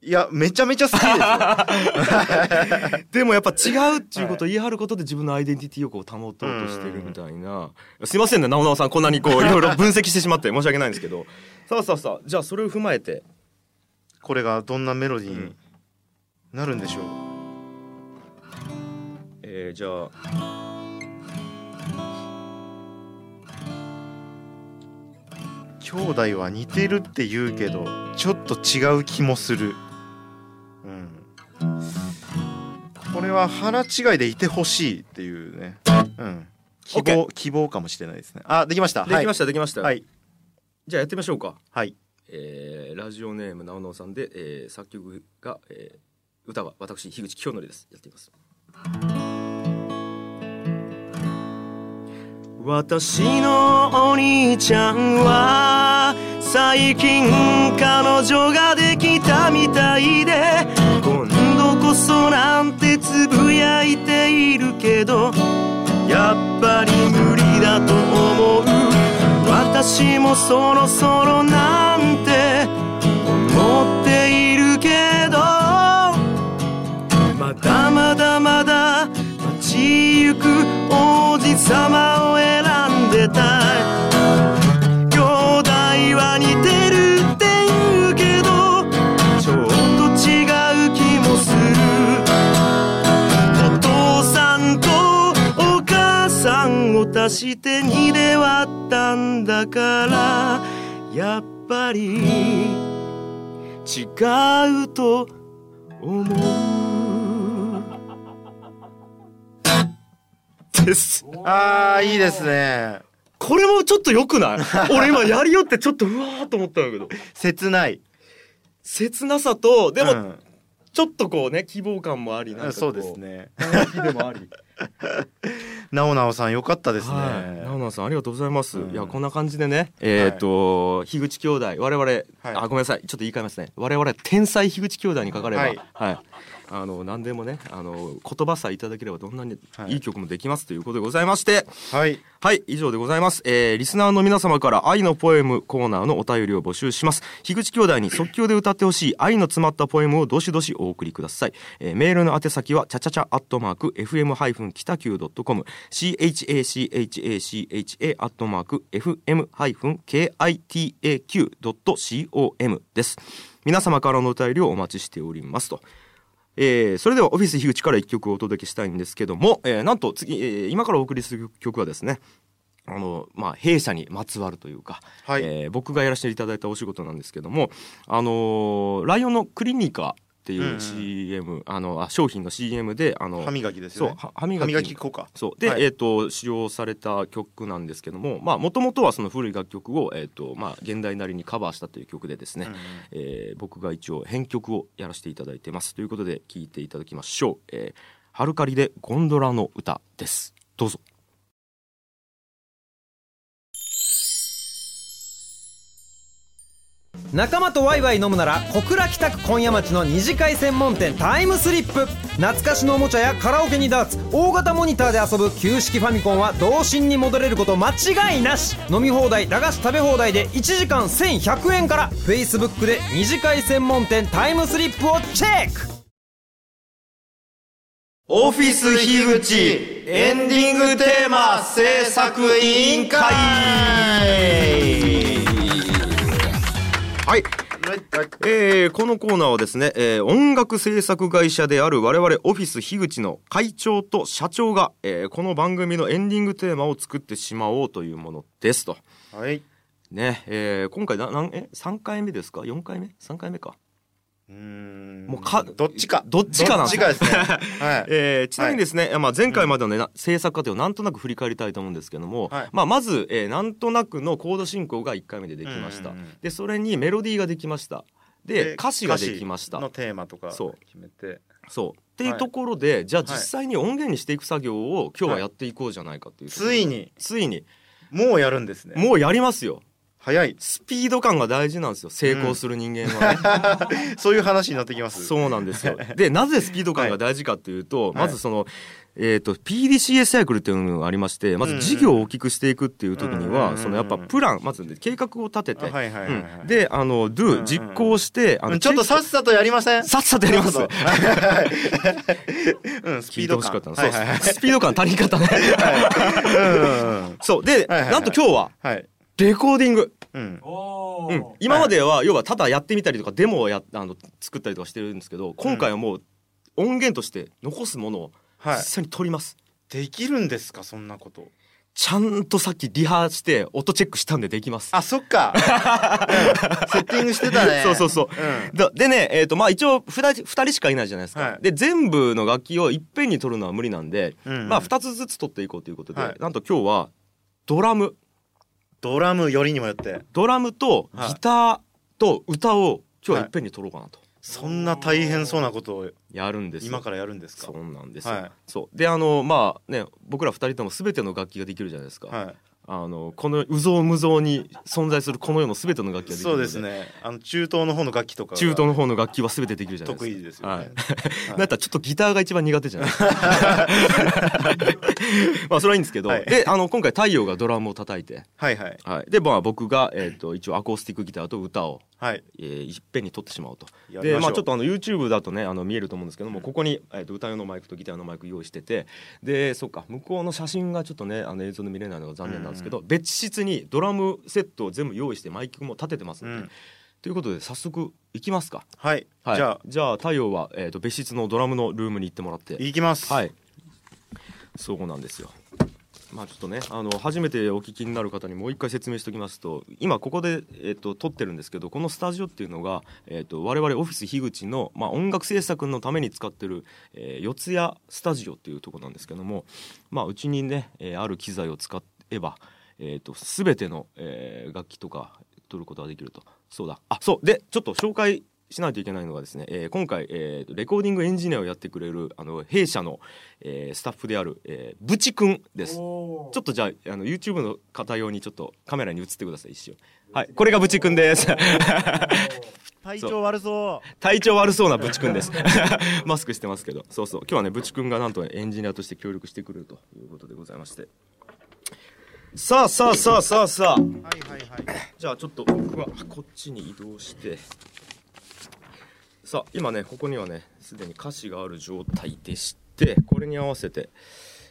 [SPEAKER 2] いやめちゃめちゃ好きです
[SPEAKER 1] *laughs*
[SPEAKER 2] よ
[SPEAKER 1] でもやっぱ違うっていうことを言い張ることで自分のアイデンティティをこう保とうとしてるみたいな、すいませんねなおなおさんこんなにこういろいろ分析してしまって申し訳ないんですけどさあさあさあじゃあそれを踏まえて
[SPEAKER 2] これがどんなメロディーになるんでしょう、
[SPEAKER 1] えー、じゃあ
[SPEAKER 2] 兄弟は似てるって言うけどちょっと違う気もするうんこれは腹違いでいてほしいっていうねうん希望希望かもしれないですねあできました
[SPEAKER 1] できま
[SPEAKER 2] し
[SPEAKER 1] した、できました、
[SPEAKER 2] はい
[SPEAKER 1] じゃあやってみましょうか、
[SPEAKER 2] はい
[SPEAKER 1] えー、ラジオネームなおなおさんで、えー、作曲が、えー、歌は私樋口清則ですやってみます私のお兄ちゃんは最近彼女ができたみたいで今度こそなんてつぶやいているけどやっぱり無理だと思う私もそろそろなんて思っているけどまだまだまだ街行く王子様を選んでたい兄弟は似てるって言うけどちょっと違う気もするお父さんとお母さんを足して2で割ったんだからやっぱり違うと思うです
[SPEAKER 2] あーいいですね
[SPEAKER 1] これもちょっと良くない
[SPEAKER 2] *laughs*
[SPEAKER 1] 俺今やりよってちょっとうわーっと思ったんだけど
[SPEAKER 2] 切ない
[SPEAKER 1] 切なさとで
[SPEAKER 2] う
[SPEAKER 1] も
[SPEAKER 2] ん
[SPEAKER 1] ちょっとこうね希望感もありなんかこ
[SPEAKER 2] そう
[SPEAKER 1] *laughs*
[SPEAKER 2] ですね
[SPEAKER 1] やる気でもあり
[SPEAKER 2] なおなおさんよかったですね、
[SPEAKER 1] はい、なおなさんありがとうございます。
[SPEAKER 2] うん
[SPEAKER 1] いやこんな感じでね、えっ、と樋口兄弟我々、あごめんなさいちょっと言い換えますね。我々天才樋口兄弟にかかれば、
[SPEAKER 2] は
[SPEAKER 1] はいい、あの何でもねあの言葉さえいただければどんなに
[SPEAKER 2] はい
[SPEAKER 1] いい曲もできますということでございまして、
[SPEAKER 2] はい
[SPEAKER 1] はい、以上でございます。えー、リスナーの皆様から愛のポエムコーナーのお便りを募集します。樋口兄弟に即興で歌ってほしい愛の詰まったポエムをどしどしお送りください。えー、メールの宛先は、ちゃちゃちゃアットマーク、fm- 北九 .com、chachachacha アットマーク、fm-kitaq.com です。皆様からのお便りをお待ちしておりますと。えーそれではオフィス樋口から一曲お届けしたいんですけども、えーなんと次、えー今からお送りする曲はですねあの、まあ、弊社にまつわるというか、
[SPEAKER 2] はい
[SPEAKER 1] えー僕がやらせていただいたお仕事なんですけども「あのーライオンのクリニカ」ってい
[SPEAKER 2] んう
[SPEAKER 1] うん CM、あのあ商品の CM であの
[SPEAKER 2] 歯磨きです
[SPEAKER 1] そう
[SPEAKER 2] よね
[SPEAKER 1] は歯磨
[SPEAKER 2] 歯
[SPEAKER 1] き
[SPEAKER 2] 磨き効果
[SPEAKER 1] そうで、
[SPEAKER 2] はい
[SPEAKER 1] えっ、と使用された曲なんですけどもまあもともとはその古い楽曲をえっ、とまあ現代なりにカバーしたという曲でですね、
[SPEAKER 2] うんうん
[SPEAKER 1] えー僕が一応編曲をやらせていただいてますということで聞いていただきましょう、えー、ハルカリでゴンドラの歌ですどうぞ
[SPEAKER 4] 仲間とワイワイ飲むなら小倉北区今夜町の二次会専門店タイムスリップ懐かしのおもちゃやカラオケにダーツ大型モニターで遊ぶ旧式ファミコンは童心に戻れること間違いなし飲み放題駄菓子食べ放題で1時間1100円から Facebook で二次会専門店タイムスリップをチェック
[SPEAKER 1] オフィス樋口エンディングテーマ制作委員会はいえーこのコーナーはですね、えー音楽制作会社である我々オフィス樋口の会長と社長が、えーこの番組のエンディングテーマを作ってしまおうというものですと。
[SPEAKER 2] はい
[SPEAKER 1] ねえー今回ななんえ3回目ですか4回目 ?3 回目か。
[SPEAKER 2] うーん
[SPEAKER 1] もうか
[SPEAKER 2] どっちか
[SPEAKER 1] どっちかなん
[SPEAKER 2] ど
[SPEAKER 1] で
[SPEAKER 2] っ
[SPEAKER 1] す
[SPEAKER 2] ち
[SPEAKER 1] ね
[SPEAKER 2] かですねはい
[SPEAKER 1] えーちなみにですね、まあ、前回までの、ねな制作過程をなんとなく振り返りたいと思うんですけども、
[SPEAKER 2] はい
[SPEAKER 1] まあ、まず、えーなんとなくのコード進行が1回目でできました、
[SPEAKER 2] うんうんうん
[SPEAKER 1] でそれにメロディーができましたで歌詞ができまし
[SPEAKER 2] 歌詞の
[SPEAKER 1] た
[SPEAKER 2] テーマとか決
[SPEAKER 1] そう
[SPEAKER 2] めて
[SPEAKER 1] そうっていうところで、じゃあ
[SPEAKER 2] はい
[SPEAKER 1] 実際に音源にしていく作業を今日はやっていこうじゃないかという、
[SPEAKER 2] ついに
[SPEAKER 1] ついに
[SPEAKER 2] もうやるんですね
[SPEAKER 1] もうやりますよ
[SPEAKER 2] 早い
[SPEAKER 1] スピード感が大事なんですよ成功する人間は、ね
[SPEAKER 2] そういう話になってきます
[SPEAKER 1] そうなんですよでなぜスピード感が大事かというと、
[SPEAKER 2] い
[SPEAKER 1] まずその、えー、と PDCA サイクルっていうのがありましてま
[SPEAKER 2] うんう
[SPEAKER 1] ず
[SPEAKER 2] ん
[SPEAKER 1] 事業を大きくしていくっていう時に
[SPEAKER 2] うんうんうんう
[SPEAKER 1] は
[SPEAKER 2] ん
[SPEAKER 1] そのやっぱプランまずね計画を立てて、
[SPEAKER 2] あはいはいはいはい
[SPEAKER 1] うんであの do、
[SPEAKER 2] うんうん
[SPEAKER 1] 実行してあ
[SPEAKER 2] う
[SPEAKER 1] の
[SPEAKER 2] んちょっとさっさとやりません
[SPEAKER 1] さっさとやります
[SPEAKER 2] そうそうはいうんス
[SPEAKER 1] 聞
[SPEAKER 2] ピ
[SPEAKER 1] いて
[SPEAKER 2] ード
[SPEAKER 1] ほし
[SPEAKER 2] 感
[SPEAKER 1] かったな、
[SPEAKER 2] はいはいはい
[SPEAKER 1] そうスピード感足りんかったね
[SPEAKER 2] *laughs*
[SPEAKER 1] *laughs*
[SPEAKER 2] うんうん
[SPEAKER 1] そうで、
[SPEAKER 2] はいはいはい
[SPEAKER 1] なんと今日は
[SPEAKER 2] はい
[SPEAKER 1] レコーディング、
[SPEAKER 2] うん
[SPEAKER 1] うん、今までは要はただやってみたりとかデモをやっあの作ったりとかしてるんですけど今回はもう音源として残すものを実
[SPEAKER 2] はい
[SPEAKER 1] 際に撮ります、
[SPEAKER 2] できるんですかそんなこと
[SPEAKER 1] ちゃんとさっきリハして音チェックしたんでできます
[SPEAKER 2] あそっ *laughs* かうんセッティングしてたね
[SPEAKER 1] *laughs* そうそうそう
[SPEAKER 2] うん
[SPEAKER 1] だでね、えーとまあ、一応 2, 二人しかいないじゃないですか、
[SPEAKER 2] はい
[SPEAKER 1] で全部の楽器をいっぺんに取るのは無理なんで、
[SPEAKER 2] うんうん
[SPEAKER 1] まあ、2つずつ取っていこうということで、
[SPEAKER 2] はい
[SPEAKER 1] なんと今日はドラム
[SPEAKER 2] ドラムよりにもよって
[SPEAKER 1] ドラムとギターと歌を今日はいっぺんに取ろうかなと
[SPEAKER 2] そんな大変そうなことを
[SPEAKER 1] やるんですよ
[SPEAKER 2] 今からやるんですか
[SPEAKER 1] そうなんですよ、
[SPEAKER 2] はい
[SPEAKER 1] そうであのまあね僕ら2人とも全ての楽器ができるじゃないですか、
[SPEAKER 2] は
[SPEAKER 1] あのこの有造無造に存在するこの世の全ての楽器
[SPEAKER 2] い
[SPEAKER 1] ができる
[SPEAKER 2] そ
[SPEAKER 1] の
[SPEAKER 2] うですねあの中東の方の楽器とかが
[SPEAKER 1] 中東の方の楽器は全てできるじゃないですか
[SPEAKER 2] 得意ですよ
[SPEAKER 1] は
[SPEAKER 2] ね
[SPEAKER 1] いだったらちょっとギターが一番苦手じゃ
[SPEAKER 2] *laughs*
[SPEAKER 1] ないですかまあそれはいいんですけど、
[SPEAKER 2] はい
[SPEAKER 1] であの今回太陽がドラムを叩いて、
[SPEAKER 2] はいはい
[SPEAKER 1] はい、でまあ僕が、えー、と一応アコースティックギターと歌を、
[SPEAKER 2] はい
[SPEAKER 1] えーいっぺんに撮ってしまおうと
[SPEAKER 2] やり
[SPEAKER 1] で
[SPEAKER 2] ましょう
[SPEAKER 1] まあちょっとあの YouTube だとねあの見えると思うんですけどもここに、えー、と歌用のマイクとギターのマイク用意しててでそっか向こうの写真がちょっとねあの映像で見れないのが残念なんですけど、別室にドラムセットを全部用意してマイクも立ててます
[SPEAKER 2] うん
[SPEAKER 1] で、
[SPEAKER 2] ん
[SPEAKER 1] ということで早速いきますか。
[SPEAKER 2] はい
[SPEAKER 1] はい、
[SPEAKER 2] じゃあ
[SPEAKER 1] じゃあ太陽は、えー、と別室のドラムのルームに行ってもらって
[SPEAKER 2] 行きます
[SPEAKER 1] はい。そうなんですよ。まあちょっとね、あの初めてお聞きになる方にもう一回説明しておきますと、今ここでえっ、と撮ってるんですけど、このスタジオっていうのがえっ、と我々オフィス樋口のまあ音楽制作のために使ってる、えー四谷スタジオっていうところなんですけども、まあうちにね、えーある機材を使えばえっ、とすべての、えー楽器とか撮ることができると。そうだ。あ、そうでちょっと紹介しないといけないのがですね、えー今回、えーとレコーディングエンジニアをやってくれるあの弊社の、えースタッフである、えー、ブチくんです。ちょっとじゃああの YouTube の方用にちょっとカメラに映ってください一瞬。はい、これがブチくんです。
[SPEAKER 2] 体
[SPEAKER 1] 調
[SPEAKER 2] 悪そう
[SPEAKER 1] 体調悪そうなブチくんです。 *laughs* マスクしてますけど、そうそう。今日はねブチくんがなんとエンジニアとして協力してくれるということでございまして。さあさあさあさあさあ。
[SPEAKER 2] はいはいはい
[SPEAKER 1] じゃあちょっと僕はこっちに移動してさあ今ねここにはねすでに歌詞がある状態でしてこれに合わせて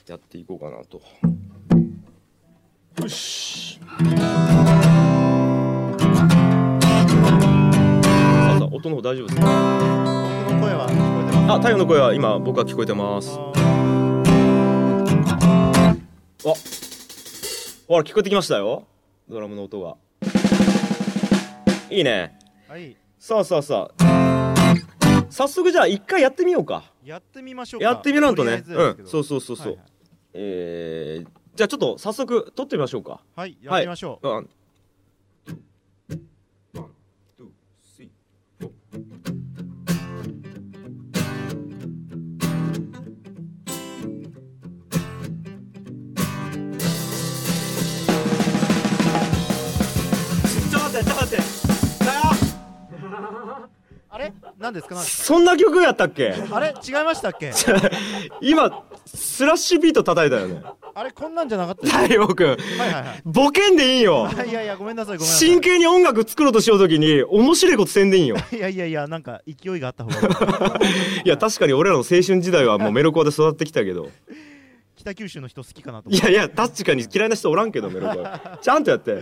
[SPEAKER 1] やっていこうかなとよしさあさあ音の方大丈夫ですか
[SPEAKER 2] 僕の声は聞こえてま
[SPEAKER 1] あ太陽の声は今僕は聞こえてますあほら聞こえてきましたよドラムの音がいいね
[SPEAKER 2] すはい
[SPEAKER 1] さあさあさあ早速じゃあ一回やってみようか
[SPEAKER 2] やってみましょうか
[SPEAKER 1] やってみらんとね
[SPEAKER 2] りあえずです
[SPEAKER 1] う
[SPEAKER 2] け
[SPEAKER 1] ん
[SPEAKER 2] ど
[SPEAKER 1] そうそうそうそう、
[SPEAKER 2] はいはい
[SPEAKER 1] えー、じゃあちょっと早速撮ってみましょうか
[SPEAKER 2] はいやってみましょ
[SPEAKER 1] う、はいちょっと待ってちょっと待ってさあ
[SPEAKER 2] 何ですか何です
[SPEAKER 1] そんな曲やったっけ *laughs*
[SPEAKER 2] かあれ違いましたっけ
[SPEAKER 1] 今スラッシュビート叩いたよね
[SPEAKER 2] あれこんなんじゃなかった
[SPEAKER 1] 太陽君
[SPEAKER 2] はいはいはい
[SPEAKER 1] ボケんでいいよ
[SPEAKER 2] あいやいやごめんなさいごめんなさい
[SPEAKER 1] 真剣に音楽作ろうとしようときに面白いことせんでいいよ
[SPEAKER 2] いやいやいやなんか勢いがあった方が
[SPEAKER 1] いや確かに俺らの青春時代はもうメロコアで育ってきたけど
[SPEAKER 2] 北九州の人好きかなと
[SPEAKER 1] い
[SPEAKER 2] 思って
[SPEAKER 1] やいや確かに嫌いな人おらんけどメロコアちゃんとやって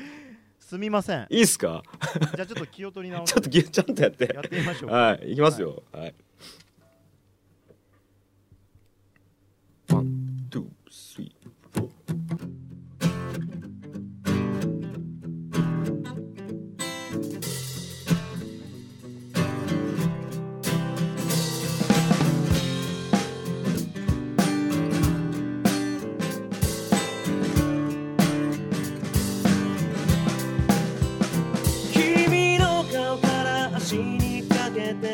[SPEAKER 2] すみません
[SPEAKER 1] いいっすか *laughs*
[SPEAKER 2] じゃあちょっと気を取り直し
[SPEAKER 1] ちょっとぎゅちゃんとやって
[SPEAKER 2] やってみましょう
[SPEAKER 1] はいいきますよはいワン・ツー・スリー
[SPEAKER 5] 君の顔から足にかけて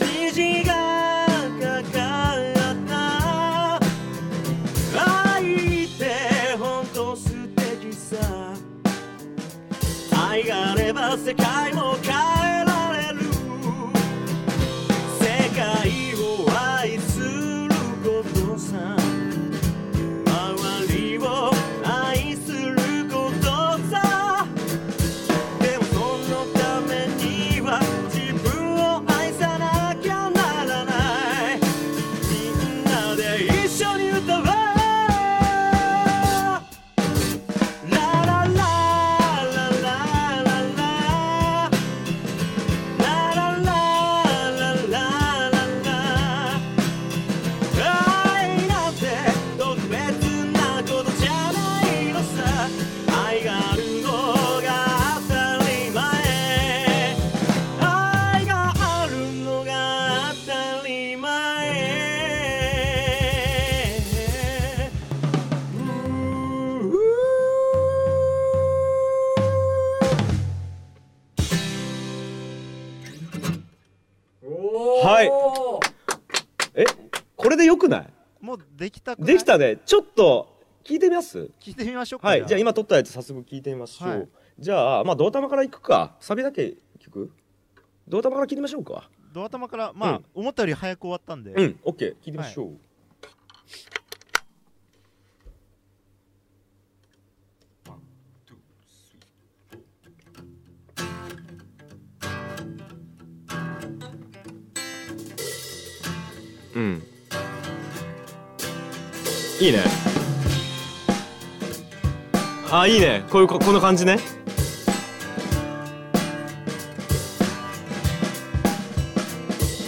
[SPEAKER 5] 虹がかかった愛って本当素敵さ愛があれば世界も変えられる世界を愛することさ周りを愛することさでもそのためには自分を愛さなきゃならないみんなで一緒に歌おうラララララララララララララ愛なんて特別なことじゃないのさ愛があるのが当たり前愛があるのが当たり前
[SPEAKER 1] はいえこれでよくない
[SPEAKER 2] もうできたくない
[SPEAKER 1] できたねちょっと聞いてみます
[SPEAKER 2] 聞いてみましょうか
[SPEAKER 1] はい、じゃあ今撮ったやつ早速聞いてみましょう。
[SPEAKER 2] はい
[SPEAKER 1] じゃあ、まあ、ドア玉からいくか。サビだけ聞くドア玉から聞いてみましょうか。
[SPEAKER 2] ドア玉からまあ、
[SPEAKER 1] うん
[SPEAKER 2] 思ったより早く終わったんで、
[SPEAKER 1] うん、オッケー、聞いてみましょう。うん。いいね。あ、いいね。こういうここの感じね。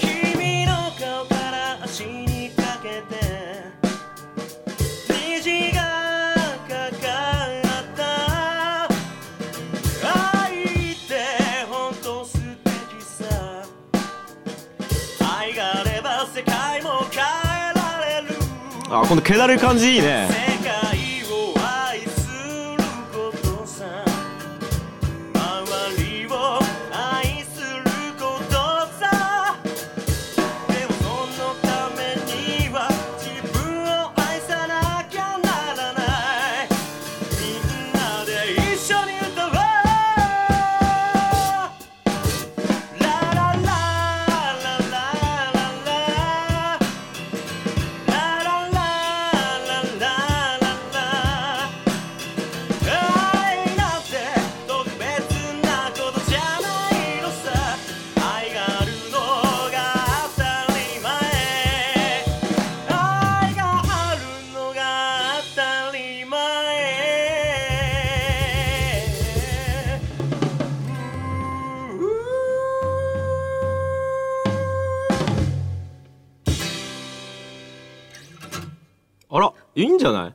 [SPEAKER 5] 君の顔から足にかけて虹がかかった愛って本当素敵さ愛があれば世界も変えられる
[SPEAKER 1] あ、この気だるい感じいいね
[SPEAKER 5] 世。界を愛することさ周りを愛することさでもそのためには自分を愛さなきゃならないみんなで一緒に歌おうララララララララララララララ愛なんて特別なことじゃないのさ愛があるのが当たり前愛があるのが当たり前
[SPEAKER 1] あら、いいんじゃない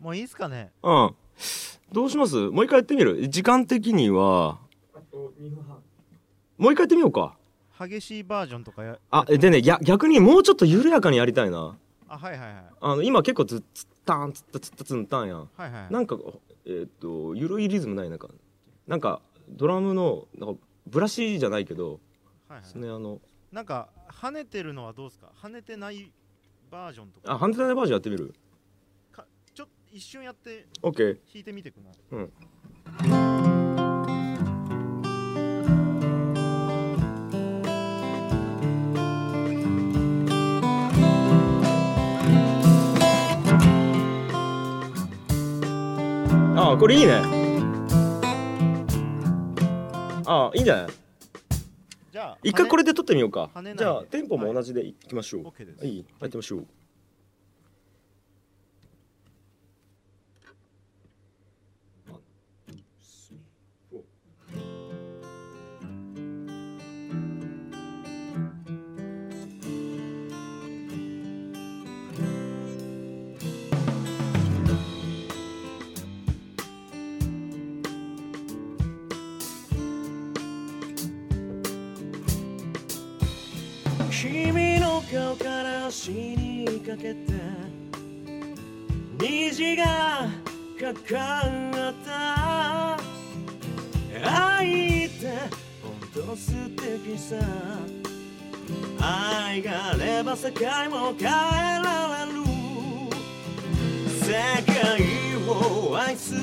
[SPEAKER 2] もういいですかね
[SPEAKER 1] うん。どうしますもう一回やってみる時間的には。もう一回やってみようか。
[SPEAKER 2] 激しいバージョンとかや
[SPEAKER 1] あ、えでね、や逆にもうちょっと緩やかにやりたいな。
[SPEAKER 2] あはいはいはい
[SPEAKER 1] あの、今結構ずっつったん、つったつったつんたんやん。
[SPEAKER 2] はいはい
[SPEAKER 1] なんか、えーっと、緩いリズムないなんか、なんか、ドラムの、なんか、ブラシじゃないけど、
[SPEAKER 2] はいはい
[SPEAKER 1] ね、あの、
[SPEAKER 2] なんか跳ねてるのはどうですか跳ねてないバージョンとか
[SPEAKER 1] あ、ハンズダネバージョンやってみる
[SPEAKER 2] かちょっと一瞬やって
[SPEAKER 1] オッケー。
[SPEAKER 2] 弾いてみてくない
[SPEAKER 1] うん。ああこれいいねああいいんじゃない
[SPEAKER 6] じゃあ
[SPEAKER 1] 一回これで撮ってみようか
[SPEAKER 6] 跳ねないで
[SPEAKER 1] じゃあテンポも同じでいきましょう、
[SPEAKER 6] OK です
[SPEAKER 1] はいやってみましょう
[SPEAKER 5] 君の顔から足にかけて虹がかかった愛って本当素敵さ愛があれば世界も変えられる世界を愛する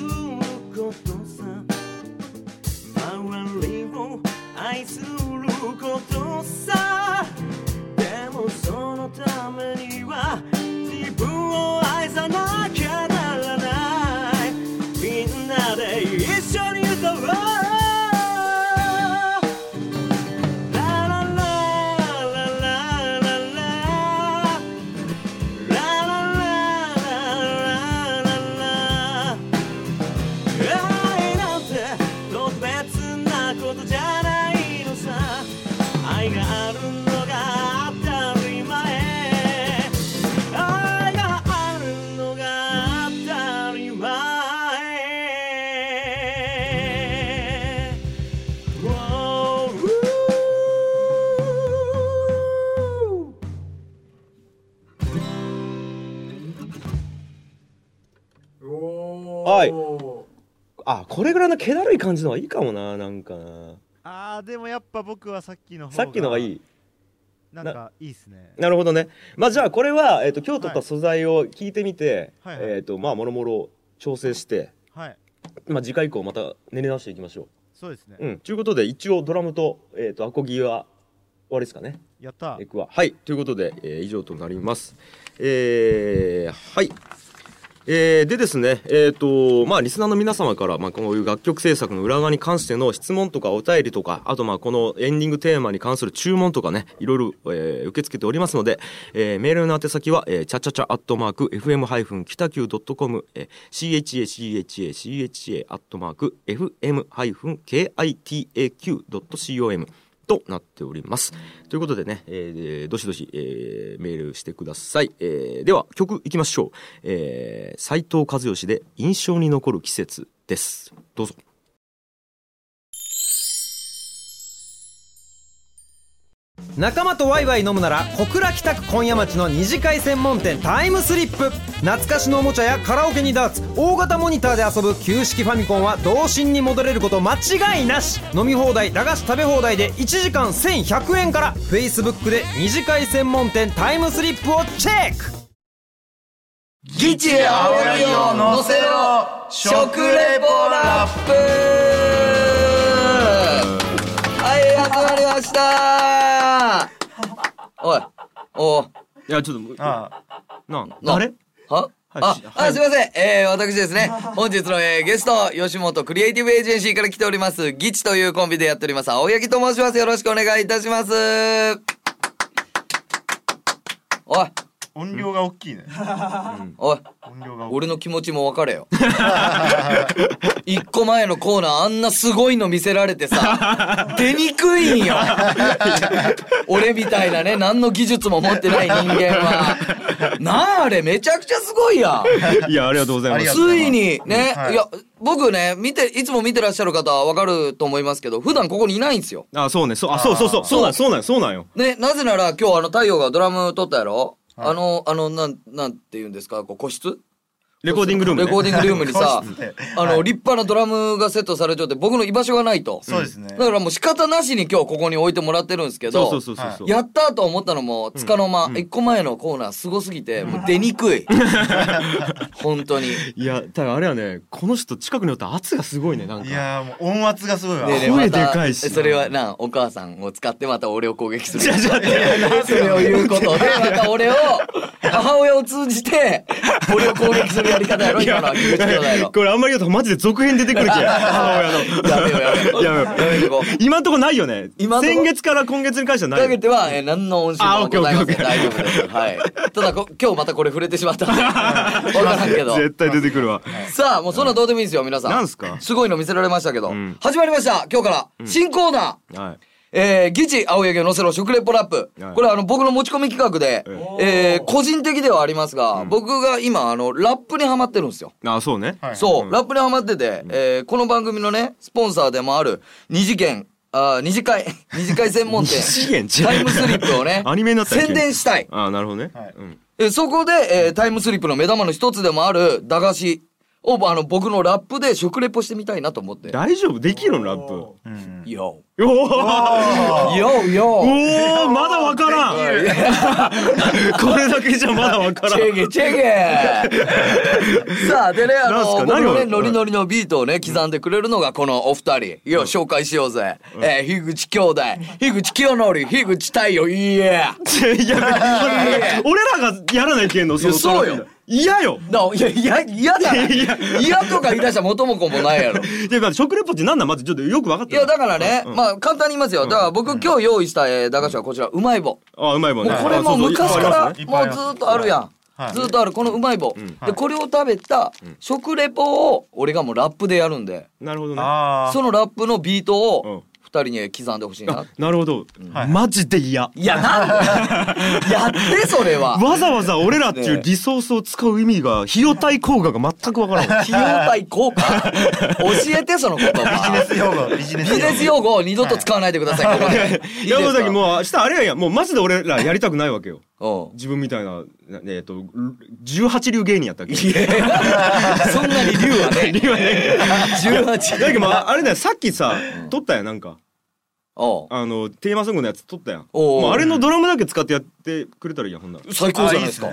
[SPEAKER 5] ことさ周りを愛することさでもそのためには自分を愛さなきゃならないみんなで一緒に歌おう La la la la la la la La la la la la la la 愛なんて特別なことじゃないのさ愛があるのが当たり前愛があるのが当たり前
[SPEAKER 1] はいあこれぐらいの気だるい感じのはいいかもななんかな
[SPEAKER 6] あーでもやっぱ僕はさっきの方
[SPEAKER 1] さっきのがいい
[SPEAKER 6] なんかいいっすね
[SPEAKER 1] なるほどねまあじゃあこれは、えっと今日取った素材を聞いてみて、
[SPEAKER 6] はいはいはい
[SPEAKER 1] えっとまあもろもろ調整して、
[SPEAKER 6] はい
[SPEAKER 1] まあ、次回以降また練り直していきましょ
[SPEAKER 6] そうですね
[SPEAKER 1] ううんということで一応ドラムと,、えっとアコギは終わりですかね
[SPEAKER 6] やった
[SPEAKER 1] エクははいということで、えー以上となりますえーはいえーでですねえっ、とまあリスナーの皆様から、まあ、こういう楽曲制作の裏側に関しての質問とかお便りとかあとまあこのエンディングテーマに関する注文とかねいろいろ、えー受け付けておりますので、えーメールの宛先は、えー、チャチャチャアットマーク FM- 北九 .com、えー、CHACHACHA アットマーク FM-KITAQ.com となっております。ということでね、えーどしどし、えーメールしてください。えーでは曲いきましょう。えー、斉藤和義で印象に残る季節です。どうぞ。
[SPEAKER 4] 仲間とワイワイ飲むなら小倉北区今夜町の二次会専門店タイムスリップ懐かしのおもちゃやカラオケにダーツ大型モニターで遊ぶ旧式ファミコンは童心に戻れること間違いなし飲み放題駄菓子食べ放題で1時間1100円から Facebook で二次会専門店タイムスリップをチェック
[SPEAKER 7] ギチへ青よりを乗せろ食レポラップはい始まりましたおいおう
[SPEAKER 1] いや、ちょっと、
[SPEAKER 2] あ
[SPEAKER 1] なあ、
[SPEAKER 7] な
[SPEAKER 1] あれ
[SPEAKER 7] はあ、あ、すいません。えー、私ですね、本日の、えー、ゲスト、吉本クリエイティブエージェンシーから来ております、ギチというコンビでやっております、青柳と申します。よろしくお願いいたします。おい、
[SPEAKER 2] 音量が大きいね
[SPEAKER 7] おい、
[SPEAKER 2] 音量が大きい
[SPEAKER 7] 俺の気持ちも分かれよ *laughs* 一個前のコーナーあんなすごいの見せられてさ出にくいんよ俺みたいなね何の技術も持ってない人間はなああれめちゃくちゃすごいや
[SPEAKER 1] *laughs*
[SPEAKER 7] ん
[SPEAKER 1] いや、ありがとうござい
[SPEAKER 2] ありがとうご
[SPEAKER 7] つ
[SPEAKER 2] ざ
[SPEAKER 7] い
[SPEAKER 2] ます
[SPEAKER 7] にね、
[SPEAKER 2] うんはい
[SPEAKER 7] い、や僕ね見ていつも見てらっしゃる方は分かると思いますけど普段ここにいないんですよ
[SPEAKER 1] *laughs* あ、そうね、そう、あ、そうそうそう、そうなん、そうなん、そうなんよ。
[SPEAKER 7] ねなぜなら今日あの太陽がドラム取ったやろ、あのあのなんなんて言うんですかこう個室
[SPEAKER 1] レコーディングルーム、ね。
[SPEAKER 7] レコーディングルームにさ
[SPEAKER 2] 個室で、
[SPEAKER 7] あ
[SPEAKER 2] は
[SPEAKER 7] の、
[SPEAKER 2] い
[SPEAKER 7] 立派なドラムがセットされちゃって、僕の居場所がないと。
[SPEAKER 2] そうですね
[SPEAKER 7] だからもう仕方なしに今日ここに置いてもらってるんですけど、
[SPEAKER 1] そうそうそうそうそう。
[SPEAKER 7] やったーと思ったのも、つかの間、一個前のコーナーすごすぎて、もう出にくい。本当に。
[SPEAKER 1] いや、ただあれはね、この人近くにおったら圧がすごいね、なん
[SPEAKER 2] い
[SPEAKER 1] か。
[SPEAKER 2] やーもう音圧がすごいわ、
[SPEAKER 7] ねえねえ
[SPEAKER 1] 声
[SPEAKER 7] また
[SPEAKER 1] でかいし
[SPEAKER 7] それはなお母さんを使ってまた俺を攻撃するそれを言うことでまた俺を母親を通じて俺を攻撃するややり方やろ今のは菊池兄弟の
[SPEAKER 1] これあんまり言うとマジで続編出てくるけ *laughs* 母親の
[SPEAKER 7] やめようやめよ
[SPEAKER 1] やめよう
[SPEAKER 7] うやめようこう
[SPEAKER 1] 今んとこないよね
[SPEAKER 7] 今んとこ
[SPEAKER 1] 先月から今月に関してはな
[SPEAKER 7] か
[SPEAKER 1] い
[SPEAKER 7] けては、えー、何の音信もございません
[SPEAKER 1] あ
[SPEAKER 7] 大丈夫
[SPEAKER 1] *laughs*
[SPEAKER 7] です、はい、ただこ今日またこれ触れてしまったんで分からんけど
[SPEAKER 1] 絶対出てくるわ
[SPEAKER 7] さあもうそんなどうでもいいですよ皆さん
[SPEAKER 1] なんすか
[SPEAKER 7] すごいの見せられましたけど、
[SPEAKER 1] ん
[SPEAKER 7] 始まりました今日から、新コーナー
[SPEAKER 1] はい
[SPEAKER 7] えー、ギチ青柳を乗せろ食レポラップ、
[SPEAKER 1] はい
[SPEAKER 7] これあの僕の持ち込み企画で、えー、個人的ではありますが、僕が今あのラップにハマってるんですよ
[SPEAKER 1] あそうね
[SPEAKER 2] はい
[SPEAKER 7] そう、
[SPEAKER 1] うん
[SPEAKER 7] ラップにハマってて、えーこの番組のねスポンサーでもある二次元あー二次会 *laughs* 二次会専門店
[SPEAKER 1] 次元違う
[SPEAKER 7] タイムスリップをね
[SPEAKER 1] アニメになったら
[SPEAKER 7] 宣伝したい
[SPEAKER 1] あなるほどね
[SPEAKER 2] はい
[SPEAKER 1] うん
[SPEAKER 7] えそこで、えータイムスリップの目玉の一つでもある駄菓子をあの僕のラップで食レポしてみたいなと思って
[SPEAKER 1] 大丈夫できるのラップ
[SPEAKER 2] うん
[SPEAKER 7] よ
[SPEAKER 1] おー
[SPEAKER 7] うよ
[SPEAKER 1] お
[SPEAKER 7] うよ
[SPEAKER 1] ーまだわからんこれだけじゃまだわから
[SPEAKER 7] チ
[SPEAKER 1] ん
[SPEAKER 7] ェゲチェゲ
[SPEAKER 1] *laughs*
[SPEAKER 7] さあでねあ
[SPEAKER 1] なんす
[SPEAKER 7] の
[SPEAKER 1] か
[SPEAKER 7] 僕の
[SPEAKER 1] 何
[SPEAKER 7] ね
[SPEAKER 1] を
[SPEAKER 7] ノリノリのビートをね刻んでくれるのがこのお二人よ紹介しようぜ、えー、樋口兄弟樋口清則樋口太陽いい
[SPEAKER 1] い
[SPEAKER 7] え
[SPEAKER 1] や俺らがやらないけんのその
[SPEAKER 7] いやそうよ
[SPEAKER 1] 嫌よ
[SPEAKER 7] ないやいや嫌だ
[SPEAKER 1] いや
[SPEAKER 7] 嫌とか言い出した元も子もないやろ
[SPEAKER 1] いやだから食レポってなんなんまずちょっとよく分かっ
[SPEAKER 7] い
[SPEAKER 1] てない
[SPEAKER 7] やだからね、
[SPEAKER 1] うん
[SPEAKER 7] まあ簡単に言いますよだから僕今日用意したえー駄菓子はこちらうまい棒
[SPEAKER 1] あうまいもん
[SPEAKER 7] も
[SPEAKER 1] ね
[SPEAKER 7] うこれもう昔か
[SPEAKER 1] あ
[SPEAKER 7] ら
[SPEAKER 1] そうそういっぱいありますね
[SPEAKER 2] いっぱいう
[SPEAKER 7] も
[SPEAKER 2] あります
[SPEAKER 7] ずっとあるやん
[SPEAKER 2] はい
[SPEAKER 7] ずっとあるこのうまい棒
[SPEAKER 1] ん
[SPEAKER 7] でこれを食べた食レポを俺がもうラップでやるんで
[SPEAKER 1] *laughs* なるほどね
[SPEAKER 2] あ
[SPEAKER 7] そのラップのビート
[SPEAKER 1] うん
[SPEAKER 7] を二人に刻んでほしいな
[SPEAKER 1] あ。なるほど
[SPEAKER 2] はい
[SPEAKER 1] マジで嫌
[SPEAKER 7] いや、な
[SPEAKER 1] *laughs*
[SPEAKER 7] んだやって、それは。
[SPEAKER 1] わざわざ俺らっていうリソースを使う意味が費用対効果が全く分からんわ
[SPEAKER 7] 費用対効果教えて、その言葉。
[SPEAKER 2] あ用語ビジネ
[SPEAKER 7] ビジネス用語を二度と使わないでください、ここで。 *laughs* いいです
[SPEAKER 1] 山崎
[SPEAKER 7] か
[SPEAKER 1] もう明日あれやんやもうマジで俺らやりたくないわけ *laughs* よ
[SPEAKER 7] う
[SPEAKER 1] 自分みたいななえっと18流芸人やったっけ
[SPEAKER 7] ん。そんなに竜はね、
[SPEAKER 1] 流は *laughs* ね
[SPEAKER 7] 18。
[SPEAKER 1] だけどまああれだよさっきさ撮ったやんなんか
[SPEAKER 7] おう
[SPEAKER 1] あのテーマソングのやつ撮ったやん
[SPEAKER 7] おう
[SPEAKER 1] もうあれのドラムだけ使ってやってくれたらいいやんほんなら
[SPEAKER 7] 最高じゃないですか。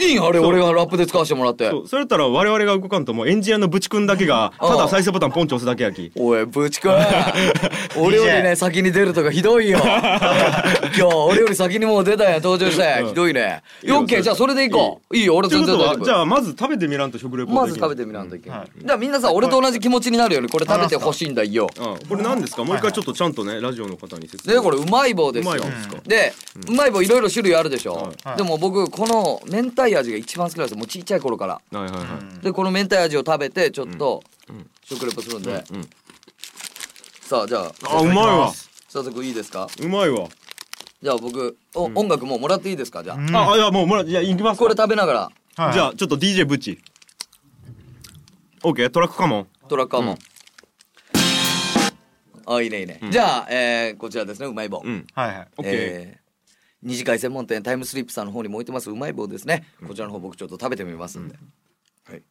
[SPEAKER 7] いいんあれ、俺がラップで使わせてもらって
[SPEAKER 1] そ。うそれやったら我々が動かんともうエンジニアのぶちくんだけが
[SPEAKER 7] ああ
[SPEAKER 1] ただ再生ボタンポンチ押すだけやき
[SPEAKER 7] お *laughs* い、ぶちくん。俺よりね、先に出るとかひどい *laughs* よ。今日、俺より先にもう出たやん、登場したやん。ひどいね。オッケー、じゃあそれでいこう。いいよ、俺
[SPEAKER 1] という
[SPEAKER 7] 全
[SPEAKER 1] こ
[SPEAKER 7] 然
[SPEAKER 1] と
[SPEAKER 7] 大丈
[SPEAKER 1] は
[SPEAKER 7] 夫。
[SPEAKER 1] じゃあまず食べてみらんと食レポ
[SPEAKER 7] ま
[SPEAKER 1] で
[SPEAKER 7] ず
[SPEAKER 1] き
[SPEAKER 7] 食べてみらんといけない。じゃあみんなさ、俺と同じ気持ちになるようにこれ食べてほしいんだよ。
[SPEAKER 1] ああこれ何ですかもう一回ちょっとちゃんとねラジオの方に説
[SPEAKER 7] で、これうまい棒で
[SPEAKER 1] う
[SPEAKER 7] す
[SPEAKER 1] まい
[SPEAKER 7] よ
[SPEAKER 1] わ。ですか
[SPEAKER 7] で、うまい棒いろいろ種類あるでしょ。
[SPEAKER 2] はい
[SPEAKER 7] でも僕、この明太味が一番好きなんですよ。もうちっちゃい頃から。
[SPEAKER 1] はいはいはい
[SPEAKER 7] で、この明太味を食べて、ちょっと食レポするんで。
[SPEAKER 1] うんうん
[SPEAKER 7] さあ、じゃあ、
[SPEAKER 1] あうまいわ
[SPEAKER 7] 早速いいですか
[SPEAKER 1] うまいわ
[SPEAKER 7] じゃあ僕、お音楽もうもらっていいですかじゃあ。
[SPEAKER 1] ああいやもうもらじゃあ行きます
[SPEAKER 7] これ食べながら、
[SPEAKER 1] じゃあちょっと DJ ブチ OK トラックかも
[SPEAKER 7] トラッカーも。あ、いいねいいね。じゃあ、えーこちらですね、うまい棒。
[SPEAKER 1] うん
[SPEAKER 2] はいはい
[SPEAKER 1] OK
[SPEAKER 7] えー二次会専門店タイムスリップさんの方にも置いてますうまい棒ですね、こちらの方僕ちょっと食べてみますんで、はい *laughs*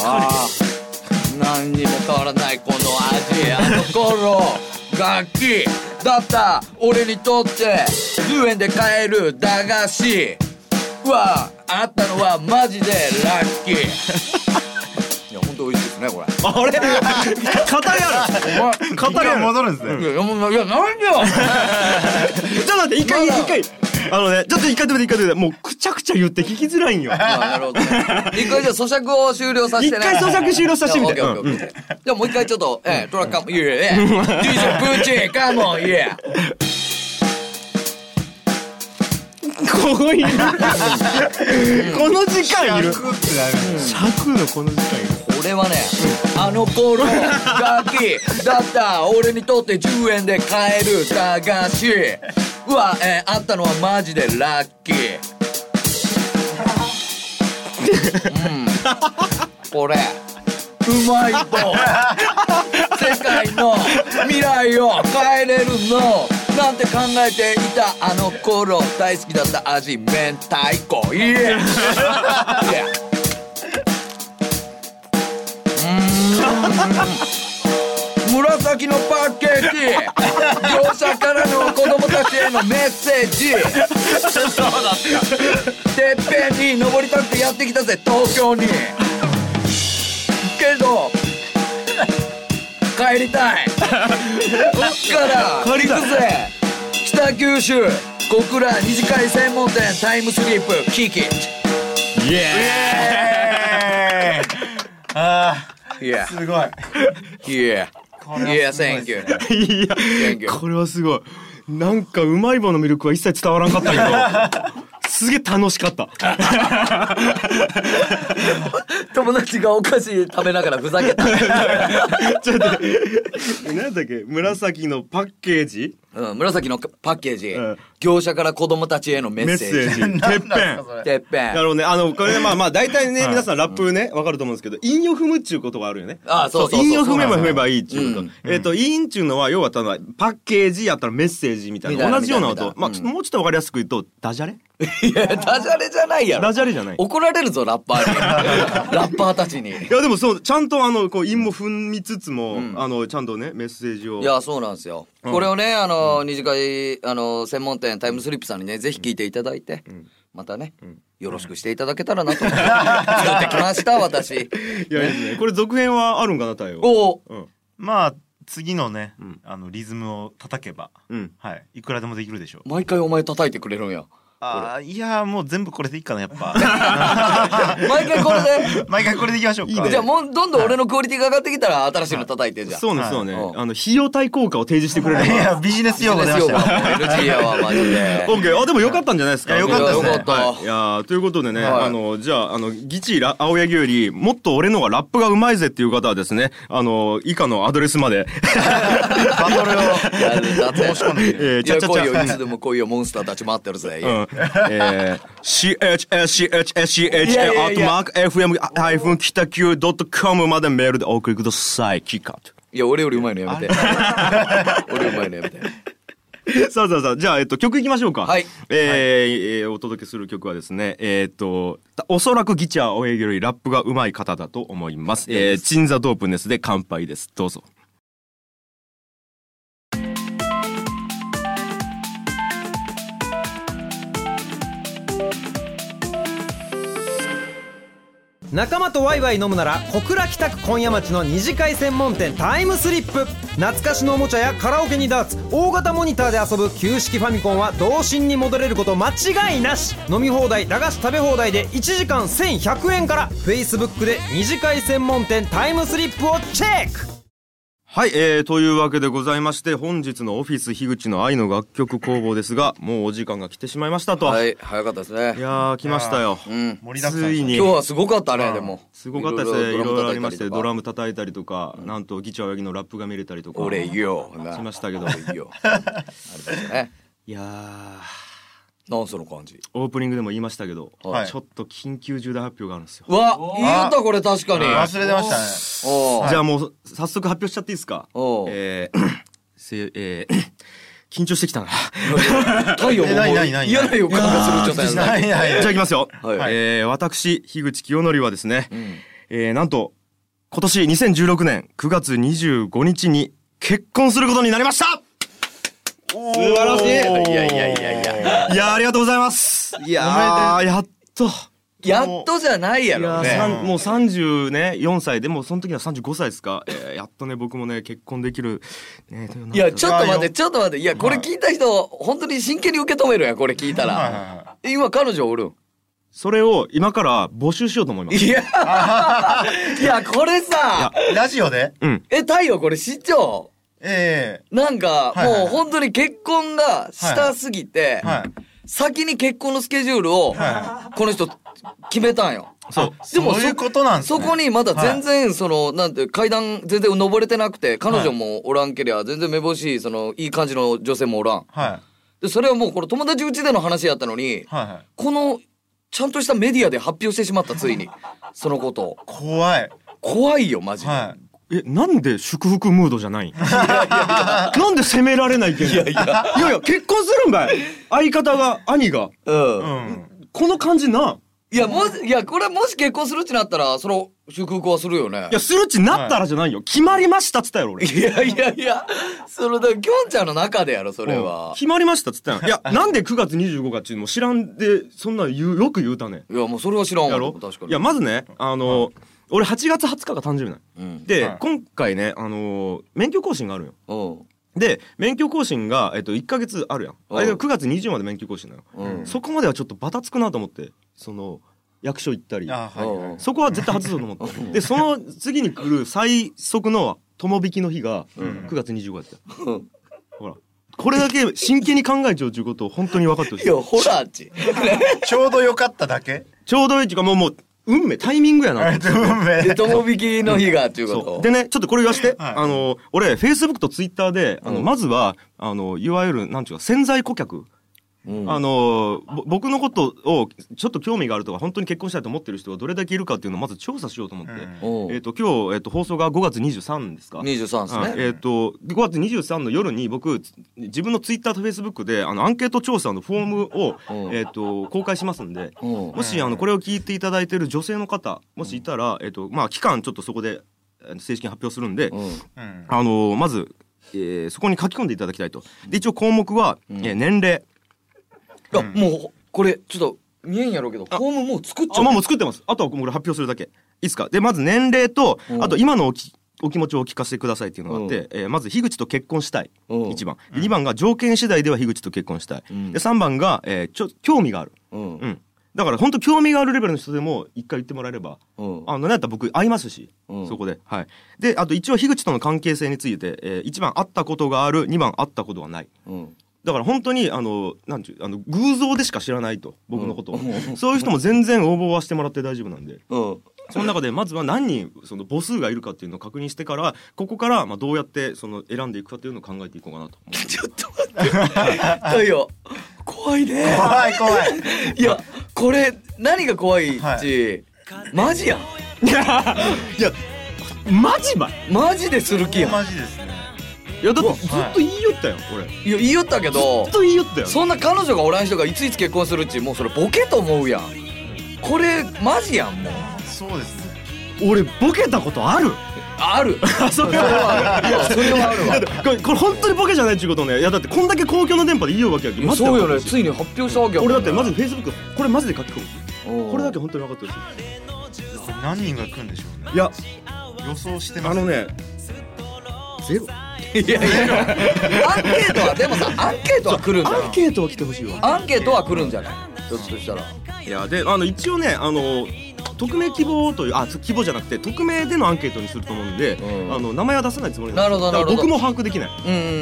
[SPEAKER 7] あー何にも変わらないこの味あの頃楽器だった俺にとって10円で買える駄菓子はあったのはマジでラッキーいや本当美味しいですねこれ
[SPEAKER 1] あれ肩やる
[SPEAKER 7] お前
[SPEAKER 1] 肩やる
[SPEAKER 2] 戻るんです
[SPEAKER 7] いやいやもういやなんでよ
[SPEAKER 1] *laughs* ちょっと待って一回
[SPEAKER 7] まだ
[SPEAKER 1] 一回あのねちょっと一回止めて一回止めてもうくちゃくちゃ言って聞きづらいんよ
[SPEAKER 7] まあなるほどね一回じゃあ咀嚼を終了させてね
[SPEAKER 1] 一回咀嚼終了させてみて
[SPEAKER 7] じゃあオッケーオッケーオッケーじゃあもう一回ちょっとええトラックアップいええ DJ プーチェカモンいえ
[SPEAKER 1] ここにいる *laughs* この時間いる
[SPEAKER 2] クってなる
[SPEAKER 1] 尺のこの時間いる
[SPEAKER 7] 俺はねあの頃楽器だった俺にとって10円で買える駄菓子は、えーあったのはマジでラッキーうんこれうまい棒世界の未来を変えれるのなんて考えていたあの頃大好きだった味明太子イエーイエー紫のパッケージ業者からの子供たちへのメッセージてっぺんに登りたくてやってきたぜ東京にけど帰りたいこっから行くぜ北北九州小倉二次会専門店タイムスリップキーキッ
[SPEAKER 1] イエ
[SPEAKER 2] あ
[SPEAKER 7] チイエ
[SPEAKER 2] ーすごい
[SPEAKER 7] イエ
[SPEAKER 2] これ
[SPEAKER 7] イエ
[SPEAKER 2] はすごい
[SPEAKER 7] Thank you
[SPEAKER 1] ーイいや
[SPEAKER 7] Thank you
[SPEAKER 1] これはすごいなんかうまい棒の魅力は一切伝わらんかったけ
[SPEAKER 6] *laughs*
[SPEAKER 1] どすげえ楽しかった
[SPEAKER 7] 友達がお菓子食べな *laughs* がらふざけた
[SPEAKER 1] ちょっと待って何だっけ紫のパッケージ
[SPEAKER 7] うん紫のパッケージ、
[SPEAKER 1] うん
[SPEAKER 7] 業者から子供たちへのメ
[SPEAKER 1] メ
[SPEAKER 7] ッ
[SPEAKER 1] ッ
[SPEAKER 7] セー
[SPEAKER 1] セ
[SPEAKER 7] ジ
[SPEAKER 1] ージ
[SPEAKER 7] *laughs*
[SPEAKER 1] てっぺん
[SPEAKER 7] てっぺ
[SPEAKER 1] なる
[SPEAKER 7] ん
[SPEAKER 1] ほどね。あの、これまあまあ、大体ね、皆さんラップね、わかると思うんですけど、韻を踏むっちゅうことがあるよね。
[SPEAKER 7] ああそうそうそう
[SPEAKER 1] 韻を踏めば踏めばいいっちゅうこ
[SPEAKER 7] う
[SPEAKER 1] と
[SPEAKER 7] ん。
[SPEAKER 1] えっと、韻っちゅうのは、要は、ただ、パッケージやったらメッセージみたい
[SPEAKER 7] みたい
[SPEAKER 1] な。
[SPEAKER 7] な
[SPEAKER 1] 同じような
[SPEAKER 7] みたいな
[SPEAKER 1] 音。まあ、
[SPEAKER 7] みたいなうん
[SPEAKER 1] もうちょっとわかりやすく言うと、ダジャレ
[SPEAKER 7] いや *laughs* ダジャレじゃないやろ
[SPEAKER 1] ダジャレじゃない。い
[SPEAKER 7] 怒られるぞラッパーに *laughs* ラッパーたちにい
[SPEAKER 1] や、でもそう、ちゃんと、あの、こう、韻も踏みつつも
[SPEAKER 7] ん、
[SPEAKER 1] あの、ちゃんとね、メッセージを。
[SPEAKER 7] やそうなんですよ、これをねあの、二次会あの専門店タイムスリップさんにねぜひ聞いていただいて、またね、よろしくしていただけたらなと思って作ってきました *laughs* 私
[SPEAKER 1] いや、いいですね。これ、続編はあるんかな、太陽。
[SPEAKER 7] おお
[SPEAKER 1] うん。
[SPEAKER 6] まあ次のね、
[SPEAKER 1] ん
[SPEAKER 6] あのリズムを叩けば、
[SPEAKER 1] うん。
[SPEAKER 6] はい、いくらでもできるでしょう。
[SPEAKER 7] 毎回お前叩いてくれるんや
[SPEAKER 6] ああいやーもう全部これでいいかなやっぱ。 *laughs*
[SPEAKER 7] 毎回これで
[SPEAKER 6] 毎回これでいきましょうか。
[SPEAKER 7] じゃあもうどんどん俺のクオリティが上がってきたら新しいの叩いてじゃあ
[SPEAKER 1] そうね、
[SPEAKER 6] はい
[SPEAKER 1] そうね。
[SPEAKER 7] うん
[SPEAKER 1] あの、費用対効果を提示してくれ
[SPEAKER 6] い
[SPEAKER 1] れば。
[SPEAKER 6] やビジネス用語出ま
[SPEAKER 7] です
[SPEAKER 6] し
[SPEAKER 7] よ
[SPEAKER 6] たよ。
[SPEAKER 7] NG やわマジで
[SPEAKER 1] オッケーあでも良かったんじゃないですか
[SPEAKER 6] いや良かったですね
[SPEAKER 1] は
[SPEAKER 7] 良かった
[SPEAKER 1] い、いやーということでね、
[SPEAKER 7] はい
[SPEAKER 1] あのじゃああのギチラ青柳よりもっと俺のがラップがうまいぜっていう方はですねあの以下のアドレスまで
[SPEAKER 6] バトルを。
[SPEAKER 7] やるだって申し込んで
[SPEAKER 1] えーちゃちゃちゃ
[SPEAKER 7] いや来いよいつでも来いよモンスターたち待ってるぜ、
[SPEAKER 1] うんえー CHSCHSCH
[SPEAKER 7] いやいや
[SPEAKER 1] ア
[SPEAKER 7] い
[SPEAKER 1] ー
[SPEAKER 7] や
[SPEAKER 1] トマーク FM 北九 .com までメールでお送りくださいキーカット
[SPEAKER 7] いや俺よりうまいのやめて俺よりうまいのやめて
[SPEAKER 1] さあさあさあ、じゃあ、えっと、曲いきましょうか。
[SPEAKER 7] はい
[SPEAKER 1] えーえーお届けする曲はですね、えーっと、たおそらくギチャーおえぎよりラップが上手い方だと思います。えー、チンザドープネスで乾杯です。どうぞ。
[SPEAKER 4] 仲間とワイワイ飲むなら小倉北区今夜町の二次会専門店タイムスリップ懐かしのおもちゃやカラオケにダーツ大型モニターで遊ぶ旧式ファミコンは童心に戻れること間違いなし飲み放題駄菓子食べ放題で1時間1100円から Facebook で二次会専門店タイムスリップをチェック
[SPEAKER 1] はい、えー、というわけでございまして、本日のオフィス樋口の愛の楽曲工房ですが、もうお時間が来てしまいましたと。、
[SPEAKER 7] はいい早かったですね
[SPEAKER 1] やー、来ましたよ。
[SPEAKER 7] うん
[SPEAKER 6] 盛りだくさん
[SPEAKER 1] ついに
[SPEAKER 7] 今日。はすごかったねでも
[SPEAKER 1] すごかったですね。いろいろありまして、ドラ
[SPEAKER 7] ム
[SPEAKER 1] ム叩いたりとか、なんとギチャーおえぎのラップが見れたりとか。
[SPEAKER 7] 叩いたりとか俺よな
[SPEAKER 1] しましたけど。
[SPEAKER 7] 俺よありましたね
[SPEAKER 1] いやー。
[SPEAKER 7] なんその感じ
[SPEAKER 1] オープニングでも言いましたけど、
[SPEAKER 6] はい
[SPEAKER 1] ちょっと緊急重大発表があるんですよ。
[SPEAKER 7] うわ言うたこれ確かに
[SPEAKER 6] 忘れてました
[SPEAKER 7] おう
[SPEAKER 1] じゃあもう早速発表しちゃっていいですか
[SPEAKER 7] おう
[SPEAKER 1] えー *coughs* せえー *coughs* 緊張してきたな。じ
[SPEAKER 7] 太陽
[SPEAKER 6] え
[SPEAKER 7] もも
[SPEAKER 6] な
[SPEAKER 7] う
[SPEAKER 6] いないない
[SPEAKER 7] 嫌な予感がする状
[SPEAKER 6] ね。
[SPEAKER 7] 態だ
[SPEAKER 6] いやい
[SPEAKER 1] ゃあいきますよ。
[SPEAKER 7] はい
[SPEAKER 1] えー私、樋口清則はですね、えーなんと、今年2016年9月25日に結婚することになりました
[SPEAKER 6] 素晴らしい。
[SPEAKER 7] いやいやいやいや
[SPEAKER 1] いやーありがとうございますいやーやっと。
[SPEAKER 7] やっとじゃないや
[SPEAKER 1] いや
[SPEAKER 7] ろ
[SPEAKER 1] ー
[SPEAKER 7] ね
[SPEAKER 1] さんもう34歳でもうその時は35歳ですか、えーやっとね僕もね結婚できる、ね、というようない
[SPEAKER 7] や、ちょっと待
[SPEAKER 6] い
[SPEAKER 7] っ
[SPEAKER 6] や
[SPEAKER 7] て、ちょっと待って。いや、これ聞いた人、本当に真剣に受け止めるやん、これ聞いた
[SPEAKER 6] はいはいはい
[SPEAKER 7] ら。今、彼女おるん。
[SPEAKER 1] それを今から募集しようと思います
[SPEAKER 7] いや、いや、これさ、
[SPEAKER 6] ラジオで
[SPEAKER 1] うん
[SPEAKER 7] え、太陽これ市長
[SPEAKER 6] え
[SPEAKER 7] なんか、
[SPEAKER 6] いはいはい
[SPEAKER 7] もう本当に結婚がしたすぎて
[SPEAKER 6] え、はい。
[SPEAKER 7] 先に結婚のスケジュールを、
[SPEAKER 6] は
[SPEAKER 7] この人、決めたんよ。
[SPEAKER 1] そう
[SPEAKER 7] でも
[SPEAKER 6] そういうことなんですね
[SPEAKER 7] そこにまだ全然、その、なんて、階段全然登れてなくて、彼女もおらんけりゃ、全然めぼしい、その、いい感じの女性もおらん。
[SPEAKER 6] は
[SPEAKER 7] で、それはもう、これ友達うちでの話やったのに
[SPEAKER 6] い。、はいはい。
[SPEAKER 7] このちゃんとしたメディアで発表してしまったつい
[SPEAKER 1] *laughs*
[SPEAKER 7] にそのことを
[SPEAKER 6] 怖い。
[SPEAKER 7] 怖いよマジで、
[SPEAKER 6] は
[SPEAKER 1] えなんで祝福ムードじゃ *laughs* ないんなんで責められないけんいやいやいやいや結婚するんばい相方が兄が
[SPEAKER 7] うん
[SPEAKER 6] い。うん。
[SPEAKER 1] この感じなん
[SPEAKER 7] いやもしいやこれもし結婚するってなったらその祝福はするよね
[SPEAKER 1] いやするっちなったらじゃないよ、決まりましたっつったやろ俺
[SPEAKER 7] いやいやいやそのだからきょんちゃんの中でやろそれ
[SPEAKER 1] うん
[SPEAKER 7] は、
[SPEAKER 1] 決まりましたっつった *laughs* やんいやなんで9月25日っていうのも知らんでそんなん言うよく言うたね
[SPEAKER 7] いやもうそれは知らん
[SPEAKER 1] や
[SPEAKER 7] わ
[SPEAKER 1] ろ
[SPEAKER 7] 確かに
[SPEAKER 1] いやまずねあの、俺8月20日が誕生日なんよ
[SPEAKER 7] うん
[SPEAKER 1] で、
[SPEAKER 6] はい
[SPEAKER 1] 今回ねあのー免許更新があるんよ
[SPEAKER 7] うん
[SPEAKER 1] で免許更新が、えっと、1か月あるやん
[SPEAKER 7] うん
[SPEAKER 1] あれが9月20まで免許更新なの、
[SPEAKER 7] うん
[SPEAKER 1] そこまではちょっとバタつくなと思ってその役所行ったり
[SPEAKER 2] あはいはい
[SPEAKER 1] そこは絶対外そうと思ってでその次に来る最速の友引きの日が9月25やった、
[SPEAKER 7] うん
[SPEAKER 1] ほらこれだけ真剣に考えちゃうということを本当に分かってほしい
[SPEAKER 7] いやホラ
[SPEAKER 1] *laughs*
[SPEAKER 7] ーち
[SPEAKER 2] ちょうど良かっただけ
[SPEAKER 1] ちょうどいいっていうかもうもう運命タイミングやな
[SPEAKER 2] えっと運命
[SPEAKER 7] で友引きの日がっていうこ
[SPEAKER 1] そう
[SPEAKER 7] と
[SPEAKER 1] でねちょっとこれ言わして、
[SPEAKER 2] はい
[SPEAKER 1] あの俺フェイスブックとツイッターであの、
[SPEAKER 7] うん
[SPEAKER 1] まずはあのいわゆるなんちゅうか潜在顧客、
[SPEAKER 7] うん
[SPEAKER 1] あのぼ僕のことをちょっと興味があるとか本当に結婚したいと思ってる人がどれだけいるかっていうのをまず調査しようと思って、
[SPEAKER 2] うん
[SPEAKER 7] おう
[SPEAKER 1] えっと今日、えっと放送が5月23ですか
[SPEAKER 7] 23です
[SPEAKER 1] はい
[SPEAKER 7] ね
[SPEAKER 1] えっ、と5月23の夜に僕つ自分のツイッターとフェイスブックであのアンケート調査のフォームを、
[SPEAKER 7] うん
[SPEAKER 1] えっと公開しますんで
[SPEAKER 7] うん
[SPEAKER 1] もしあのこれを聞いていただいてる女性の方もしいたら、えっとまあ、期間ちょっとそこでえー正式に発表するんで、
[SPEAKER 7] うん
[SPEAKER 1] *laughs*
[SPEAKER 2] うん
[SPEAKER 1] あのまず、えーそこに書き込んでいただきたいと。で一応項目は、えー年齢
[SPEAKER 7] いやもうこれちょっと見えんやろうけどホームもう作っちゃ
[SPEAKER 1] あ
[SPEAKER 7] う
[SPEAKER 1] まあもう作ってますあとはこれ発表するだけいいですかでまず年齢と、
[SPEAKER 7] うん
[SPEAKER 1] あと今のおきお気持ちをお聞かせくださいっていうのがあって、えーまず樋口と結婚したい、
[SPEAKER 7] うん
[SPEAKER 1] 一番で二番が条件次第では樋口と結婚したい、
[SPEAKER 7] うん
[SPEAKER 1] で三番が、えーちょ興味がある、
[SPEAKER 7] うん
[SPEAKER 1] うん、だから本当興味があるレベルの人でも一回言ってもらえれば
[SPEAKER 7] うん
[SPEAKER 1] あの何やったら僕会いますし、
[SPEAKER 7] うん
[SPEAKER 1] そこではいであと一応樋口との関係性について、えー、1番会ったことがある2番会ったことはない
[SPEAKER 7] うん
[SPEAKER 1] だから本当にあのなんちゅうあの偶像でしか知らないと僕のことを、そういう人も全然応募はしてもらって大丈夫なんで
[SPEAKER 7] うん
[SPEAKER 1] その中でまずは何人その母数がいるかっていうのを確認してからここからまあどうやってその選んでいくかっていうのを考えていこうかなと
[SPEAKER 7] ちょっと待って。太陽。怖いね。
[SPEAKER 2] 怖い怖い
[SPEAKER 7] いや、これ、何が怖いっち。マジやん。
[SPEAKER 1] マジばい
[SPEAKER 7] マジでする気やん。
[SPEAKER 2] マジですね
[SPEAKER 1] いやだってずっ
[SPEAKER 2] はい
[SPEAKER 1] と言いよったよ俺ず
[SPEAKER 7] いや、言いよったけど
[SPEAKER 1] っ、と言いよったよ
[SPEAKER 7] そんな彼女がおらん人がいついつ結婚するっち、もうそれボケと思うやん。これ、マジやん、もう。
[SPEAKER 2] そうですね
[SPEAKER 1] 俺ボケたことある
[SPEAKER 7] ある。それはある。いやそれはあるわ。
[SPEAKER 1] これこれ本当にボケじゃないっちゅうことをねいやだってこんだけ公共の電波で言いようわけやけど待って
[SPEAKER 7] そうよね。
[SPEAKER 1] 私
[SPEAKER 7] ついに発表したわけやもん
[SPEAKER 1] 俺
[SPEAKER 7] ね
[SPEAKER 1] だってマジ、フェイスブックこれマジで書き込むこ
[SPEAKER 7] こ
[SPEAKER 1] れだけ。本当に分かってほし
[SPEAKER 2] これ何人が来るんでしょうね
[SPEAKER 1] いいや
[SPEAKER 2] 予想してま
[SPEAKER 1] あ
[SPEAKER 2] す
[SPEAKER 1] のねゼロ
[SPEAKER 7] いやいや。アンケートは、でもさ、アンケートは来るんじゃ
[SPEAKER 1] ア
[SPEAKER 7] な
[SPEAKER 1] ン
[SPEAKER 7] い
[SPEAKER 1] ケートは来てほしいわ
[SPEAKER 7] アンケートは来るんじゃないひょっとしたら。
[SPEAKER 1] いやであの一応ねあの匿名希望というあつ希望じゃなくて匿名でのアンケートにすると思うんで、
[SPEAKER 7] うん
[SPEAKER 1] あの名前は出さないつもりんです
[SPEAKER 7] なるほどなるほど
[SPEAKER 1] だから僕も把握できない、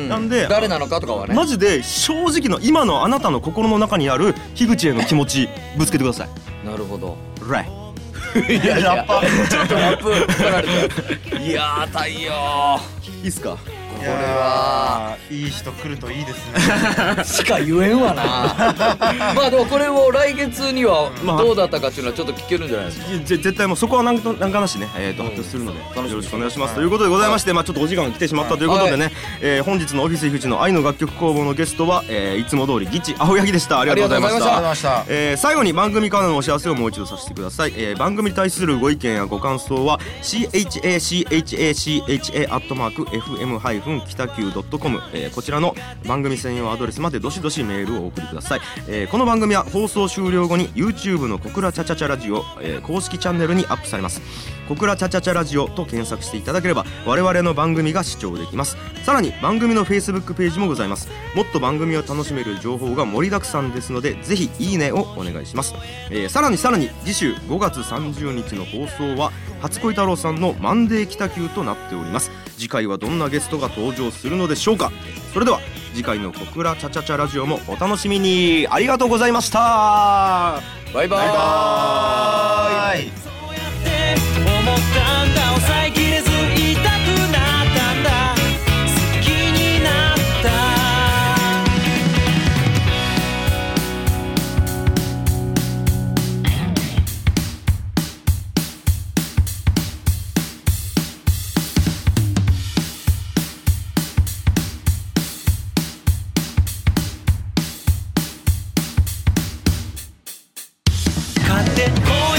[SPEAKER 7] うん。
[SPEAKER 1] なんで
[SPEAKER 7] 誰なのかとかはね。
[SPEAKER 1] マジで正直の今のあなたの心の中にある樋口への気持ちぶつけてください
[SPEAKER 7] なるほど。
[SPEAKER 1] ライ
[SPEAKER 7] いやいや、ちょっとラップ取られた。いやー、太陽。
[SPEAKER 1] いいっすか
[SPEAKER 2] こ
[SPEAKER 7] れはい
[SPEAKER 2] い人来るといいですね
[SPEAKER 7] しか言えんわな。 *laughs* まあ、でも、これを来月には、
[SPEAKER 1] まあ
[SPEAKER 7] どうだったかっていうのは、ちょっと聞けるんじゃないですか。
[SPEAKER 1] いやぜ絶対もうそこはなんとなんかなしね、えー、と発表するので、
[SPEAKER 7] みに
[SPEAKER 1] よろしくお願いしますということでございまして、まあ、ちょっとお時間が来てしまったということでね、えー本日のオフィス樋口の愛の楽曲工房のゲストは、えーいつも通りギチ青柳でしたありがとうございまし
[SPEAKER 7] ありがとうございましたた
[SPEAKER 2] ありがとうございました
[SPEAKER 1] えー最後に番組からのお知らせをもう一度させてください、えー番組に対するご意見やご感想は chachacha.fm- 北九 .com、えーこちらの番組専用アドレスまでどしどしメールをお送りください、えーこの番組は放送終了後に YouTube の「小倉チャチャチャラジオ」えー公式チャンネルにアップされます「小倉チャチャチャラジオ」と検索していただければ我々の番組が視聴できますさらに番組の Facebook ページもございますもっと番組を楽しめる情報が盛りだくさんですのでぜひいいねをお願いします、えーさらにさらに次週5月30日の放送は初恋太郎さんの「マンデー北急」となっております次回はどんなゲストが登場するのでしょうかそれでは次回の「小倉チャチャチャラジオ」もお楽しみにありがとうございました
[SPEAKER 7] バイバーイ。
[SPEAKER 2] バイ
[SPEAKER 5] そうやって思ったんだ抑えきれず言いたくなったんだ好きになった勝手に声